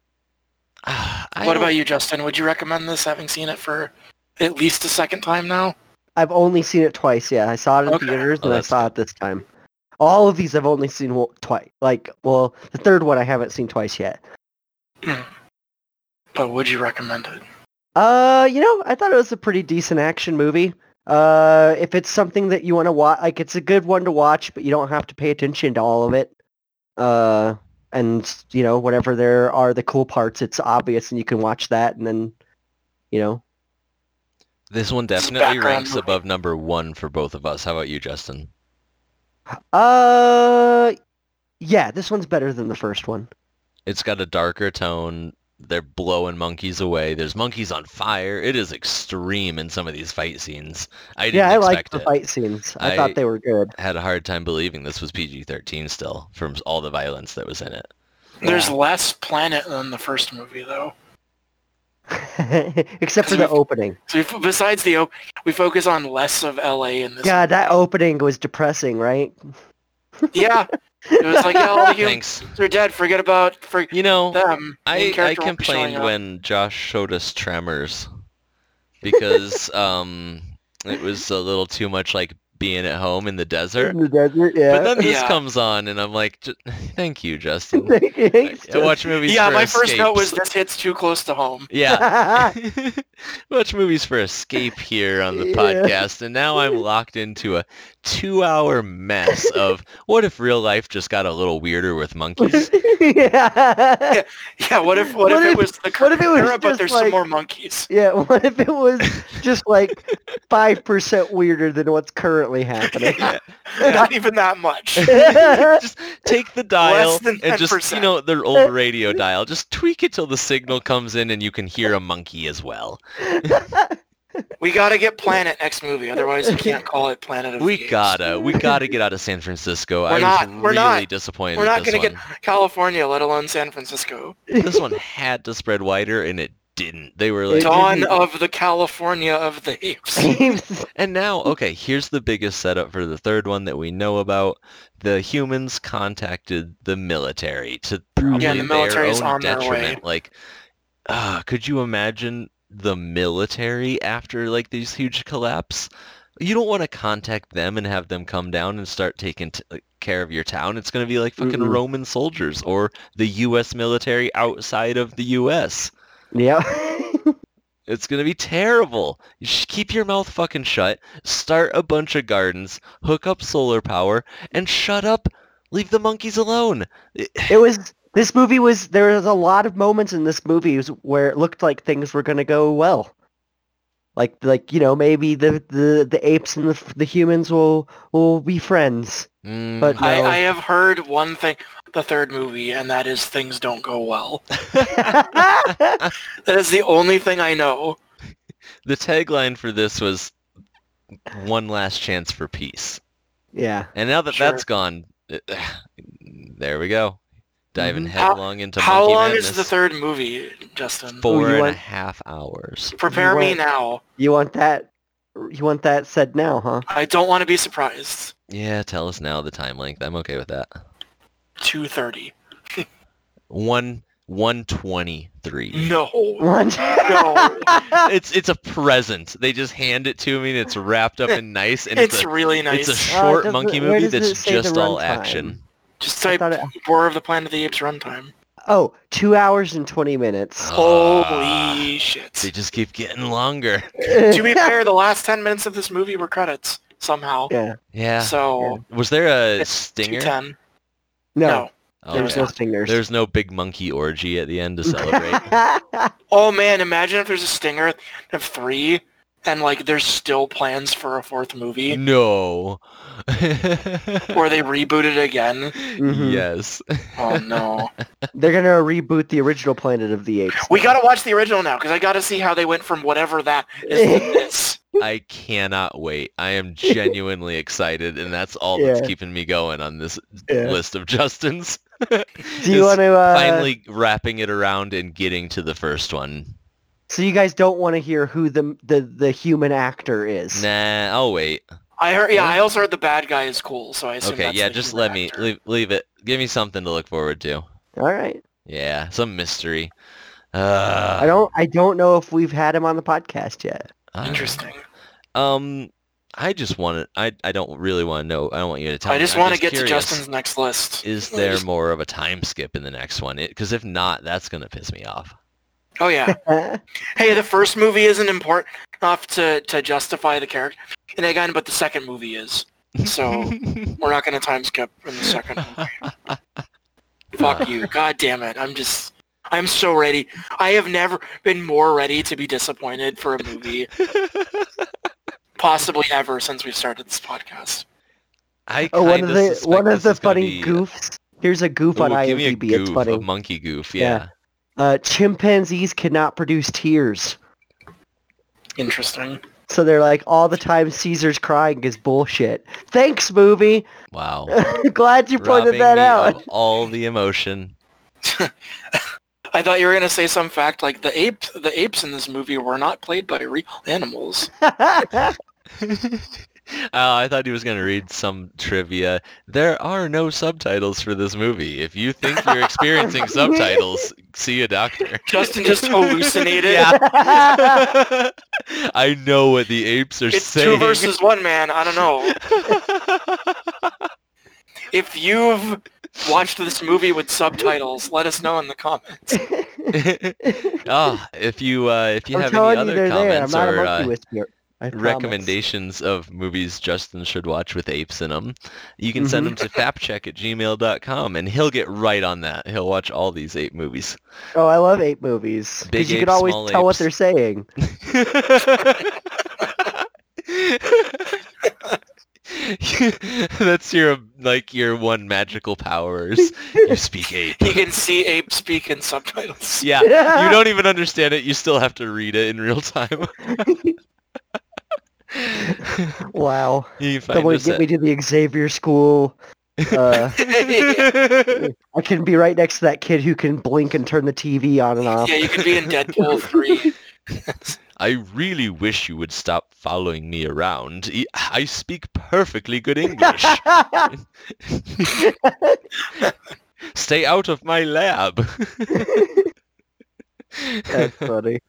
Speaker 3: Ah, I
Speaker 2: what
Speaker 3: don't-
Speaker 2: about you, Justin? Would you recommend this having seen it for at least a second time now?
Speaker 1: I've only seen it twice, yeah. I saw it in
Speaker 2: Okay.
Speaker 1: theaters
Speaker 3: Oh,
Speaker 1: and I
Speaker 3: that's
Speaker 1: saw it this time. All of these I've only seen wo- twice. Like, well, the third one I haven't seen twice yet.
Speaker 2: But would you recommend it?
Speaker 1: Uh, you know, I thought it was a pretty decent action movie. Uh, if it's something that you want to watch, like it's a good one to watch, but you don't have to pay attention to all of it. Uh, and you know, whatever there are the cool parts, it's obvious, and you can watch that, and then, you know,
Speaker 3: This one
Speaker 2: This is
Speaker 3: definitely
Speaker 2: background
Speaker 3: ranks
Speaker 2: movie.
Speaker 3: above number one for both of us. How about you, Justin?
Speaker 1: uh, yeah, this one's better than the first one.
Speaker 3: It's got a darker tone. They're blowing monkeys away. There's monkeys on fire. It is extreme in some of these fight scenes. I didn't
Speaker 1: Yeah, I liked
Speaker 3: expect
Speaker 1: the
Speaker 3: it.
Speaker 1: fight scenes. I,
Speaker 3: I-
Speaker 1: thought they were good.
Speaker 3: had a hard time believing this was PG-13 still from s- all the violence that was in it.
Speaker 2: There's less planet than the first movie, though.
Speaker 1: Except for the
Speaker 2: Because
Speaker 1: opening.
Speaker 2: So we, f- besides the, op- we focus on less of LA in this.
Speaker 1: God, that opening was depressing, right?
Speaker 2: Yeah, it was like yeah, all the humans
Speaker 3: Thanks.
Speaker 2: are dead. Forget about for
Speaker 3: You know,
Speaker 2: them. Main
Speaker 3: I, I
Speaker 2: character won't be showing
Speaker 3: complained
Speaker 2: up.
Speaker 3: when Josh showed us Tremors because um, it was a little too much like being at home in the desert.
Speaker 1: In the desert,
Speaker 3: But
Speaker 1: yeah.
Speaker 3: then this
Speaker 2: Yeah.
Speaker 3: comes on, and I'm like, "J- thank you, Justin. I,
Speaker 1: Thanks,
Speaker 3: I watch movies
Speaker 2: Yeah,
Speaker 3: for
Speaker 2: my first note was
Speaker 3: escapes.
Speaker 2: this hits too close to home.
Speaker 3: Yeah. watch movies for escape here on the
Speaker 1: Yeah.
Speaker 3: podcast and now i'm locked into a two hour mess of what if real life just got a little weirder with monkeys
Speaker 1: yeah.
Speaker 2: Yeah, what if
Speaker 1: What
Speaker 2: what, if,
Speaker 1: if-
Speaker 2: it was the
Speaker 1: what if it was
Speaker 2: era, but
Speaker 1: just
Speaker 2: there's some
Speaker 1: like-
Speaker 2: more monkeys?
Speaker 1: yeah, what if it was just like 5% weirder than what's currently happening?
Speaker 2: Not even that much.
Speaker 3: just take the dial
Speaker 2: Less than
Speaker 3: and just you
Speaker 2: 10%.
Speaker 3: know the old radio dial just tweak it till the signal comes in and you can hear a monkey as well
Speaker 2: We gotta get Planet next movie, otherwise we can't call it Planet of the
Speaker 3: we
Speaker 2: Apes.
Speaker 3: gotta we gotta get out of san francisco i was
Speaker 2: not-
Speaker 3: really
Speaker 2: we're not-
Speaker 3: disappointed
Speaker 2: We're not
Speaker 3: with
Speaker 2: gonna
Speaker 3: this
Speaker 2: get
Speaker 3: one.
Speaker 2: California, let alone San Francisco.
Speaker 3: this one had to spread wider and it didn't they were like
Speaker 1: It
Speaker 2: Dawn
Speaker 1: didn't-
Speaker 2: of the California of the Apes.
Speaker 3: And now, okay, here's the biggest setup for the third one that we know about. The humans contacted the military to probably
Speaker 2: Yeah, the military
Speaker 3: their
Speaker 2: is
Speaker 3: own
Speaker 2: on their way.
Speaker 3: detriment. Like, uh, could you imagine the military after like these huge collapse? you don't want to contact them and have them come down and start taking t- like, care of your town. It's going to be like fucking
Speaker 1: Mm-mm.
Speaker 3: Roman soldiers or the U.S. military outside of the U.S.
Speaker 1: Yeah.
Speaker 3: It's going to be terrible. You sh- keep your mouth fucking shut. Start a bunch of gardens. Hook up solar power and shut up. Leave the monkeys alone.
Speaker 1: it was this movie was there was a lot of moments in this movie was- where it looked like things were going to go well like like you know maybe the the, the apes and the, f- the humans will will be friends
Speaker 3: Mm,
Speaker 1: But-
Speaker 2: I,
Speaker 1: No.
Speaker 2: I have heard one thing, the third movie, and that is things don't go well. That is the only thing I know.
Speaker 3: the tagline for this was one last chance for peace.
Speaker 1: yeah
Speaker 3: And now that
Speaker 2: Sure.
Speaker 3: that's gone, it- there we go. Diving
Speaker 1: Mhm.
Speaker 3: headlong into
Speaker 2: Mm-hmm. How
Speaker 3: Monkey
Speaker 2: long
Speaker 3: Madness.
Speaker 2: is the oh, third movie, Justin?
Speaker 1: Ooh, you
Speaker 3: Four and a
Speaker 1: want-
Speaker 3: half hours.
Speaker 2: Prepare me
Speaker 1: Right.
Speaker 2: now.
Speaker 1: you want that you want that said now huh
Speaker 2: I don't want to be surprised.
Speaker 3: Yeah, tell us now the time length. I'm okay with that.
Speaker 2: 2.30.
Speaker 3: One one twenty three.
Speaker 2: No.
Speaker 1: One-
Speaker 2: No.
Speaker 3: It's it's a present. They just hand it to me and it's wrapped up in nice and it's,
Speaker 2: It's
Speaker 3: a,
Speaker 2: really
Speaker 3: it's
Speaker 2: nice.
Speaker 3: a short
Speaker 1: Oh, doesn't-
Speaker 3: monkey
Speaker 1: where
Speaker 3: movie
Speaker 1: does it
Speaker 3: that's
Speaker 1: say the
Speaker 3: just all
Speaker 1: runtime?
Speaker 3: action.
Speaker 2: Just
Speaker 1: I
Speaker 2: type
Speaker 1: thought it-
Speaker 2: War of the Planet of the Apes runtime.
Speaker 1: oh two hours and 20 minutes
Speaker 3: Ah,
Speaker 2: Holy
Speaker 3: They
Speaker 2: shit.
Speaker 3: just keep getting longer.
Speaker 2: To be fair, the last 10 minutes of this movie were credits somehow.
Speaker 1: yeah
Speaker 3: Yeah.
Speaker 2: So,
Speaker 3: Was there a
Speaker 2: It's
Speaker 3: stinger?
Speaker 2: 210.
Speaker 1: no,
Speaker 2: no.
Speaker 1: there's
Speaker 3: Okay.
Speaker 1: no stingers
Speaker 3: There's no big monkey orgy at the end to celebrate.
Speaker 2: Oh man, imagine if there's a stinger of three, and like there's still plans for a fourth movie
Speaker 3: No.
Speaker 2: where they reboot it again.
Speaker 1: Mhm.
Speaker 3: Yes.
Speaker 2: Oh no,
Speaker 1: they're gonna reboot the original planet of the apes
Speaker 2: we gotta watch the original now because I gotta see how they went from whatever that is to this.
Speaker 3: I cannot wait. I am genuinely excited, and that's all that's
Speaker 1: Yeah.
Speaker 3: keeping me going on this
Speaker 1: Yeah.
Speaker 3: list of Justin's.
Speaker 1: do you
Speaker 3: Is
Speaker 1: want to uh,
Speaker 3: Finally wrapping it around and getting to the first one.
Speaker 1: So you guys don't want to hear who the the, the human actor is.
Speaker 3: Nah, I'll wait.
Speaker 2: I heard, yeah, I also heard the bad guy is cool, so I assume
Speaker 3: Okay,
Speaker 2: that's
Speaker 3: yeah,
Speaker 2: the
Speaker 3: just
Speaker 2: human
Speaker 3: let me
Speaker 2: actor.
Speaker 3: leave, leave it. Give me something to look forward to.
Speaker 1: All right.
Speaker 3: Yeah, some mystery.
Speaker 1: I
Speaker 3: Uh,
Speaker 1: don't I don't know if we've had him on the podcast yet.
Speaker 2: Interesting.
Speaker 3: Um, I just want to. I I don't really want to know. I don't want you to tell.
Speaker 2: I
Speaker 3: me.
Speaker 2: just
Speaker 3: I'm
Speaker 2: want to get to
Speaker 3: curious,
Speaker 2: Justin's next list.
Speaker 3: Is
Speaker 2: I
Speaker 3: there
Speaker 2: just-
Speaker 3: more of a time skip in the next one? Because if not, that's gonna piss me off.
Speaker 2: Oh yeah.
Speaker 1: Huh?
Speaker 2: hey, the first movie isn't important enough to to justify the character, and again, but the second movie is.
Speaker 1: Oh,
Speaker 2: So we're not gonna time skip in the second one. Fuck you. God damn it. I'm just I'm so ready. I have never been more ready to be disappointed for a movie possibly ever since we started this podcast.
Speaker 3: I
Speaker 1: Oh, one
Speaker 3: kinda
Speaker 1: of the
Speaker 3: suspect
Speaker 1: one of
Speaker 3: this
Speaker 1: the
Speaker 3: is gonna
Speaker 1: funny
Speaker 3: be- uh,
Speaker 1: goofs. Here's a goof on
Speaker 3: Ooh, give me a
Speaker 1: IMDb.
Speaker 3: goof,
Speaker 1: it's
Speaker 3: a
Speaker 1: funny.
Speaker 3: monkey goof.
Speaker 1: Yeah.
Speaker 3: Yeah.
Speaker 1: Uh, chimpanzees cannot produce tears,
Speaker 2: Interesting.
Speaker 1: so they're like all the time Caesar's crying is bullshit. Thanks, movie.
Speaker 3: Wow.
Speaker 1: Glad you
Speaker 3: Robbing
Speaker 1: pointed that
Speaker 3: me
Speaker 1: out.
Speaker 3: Of all the emotion.
Speaker 2: I thought you were gonna say some fact like the ape the apes in this movie were not played by real animals.
Speaker 3: Oh, I thought he was going to read some trivia. There are no subtitles for this movie. If you think you're experiencing subtitles, see a doctor.
Speaker 2: Justin just hallucinated.
Speaker 3: Yeah. I know what the apes are
Speaker 2: It's
Speaker 3: saying.
Speaker 2: two versus one, man. I don't know. If you've watched this movie with subtitles, let us know in the comments.
Speaker 3: Ah, if you uh, if you
Speaker 1: I'm
Speaker 3: have
Speaker 1: telling
Speaker 3: any
Speaker 1: you,
Speaker 3: other
Speaker 1: they're there. I'm
Speaker 3: comments
Speaker 1: not a
Speaker 3: or
Speaker 1: monkey
Speaker 3: uh,
Speaker 1: whisperer. I promise.
Speaker 3: recommendations of movies Justin should watch with apes in them, you can
Speaker 1: Mm-hmm.
Speaker 3: send them to fapcheck at gmail.com and he'll get right on that. He'll watch all these ape movies.
Speaker 1: Oh, I love ape movies
Speaker 3: Big
Speaker 1: because you can
Speaker 3: apes,
Speaker 1: always
Speaker 3: small
Speaker 1: tell what
Speaker 3: apes.
Speaker 1: they're saying.
Speaker 3: That's your like your one magical powers. You speak ape.
Speaker 2: You can see ape speak in subtitles.
Speaker 3: Yeah, you don't even understand it. You still have to read it in real time.
Speaker 1: Wow.
Speaker 3: you can find
Speaker 1: Someone
Speaker 3: us
Speaker 1: get
Speaker 3: at-
Speaker 1: me to the Xavier School. Uh, I can be right next to that kid who can blink and turn the TV on and off.
Speaker 2: Yeah, you could be in Deadpool 3.
Speaker 3: I really wish you would stop following me around. E- I speak perfectly good English. Stay out of my lab.
Speaker 1: That's funny.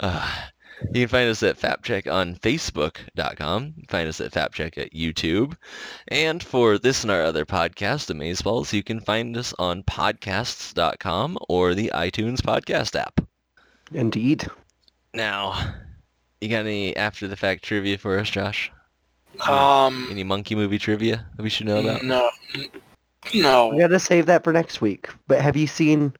Speaker 3: Ah, You can find us at FapCheck on Facebook.com. Find us at FapCheck at YouTube. And for this and our other podcast, Amazeballs, you can find us on podcasts.com or the iTunes podcast app.
Speaker 1: Indeed.
Speaker 3: Now, you got any after-the-fact trivia for us, Josh?
Speaker 2: Um,
Speaker 3: Any monkey movie trivia that we should know about?
Speaker 2: no,
Speaker 1: We
Speaker 2: no.
Speaker 1: gotta save that for next week. But have you seen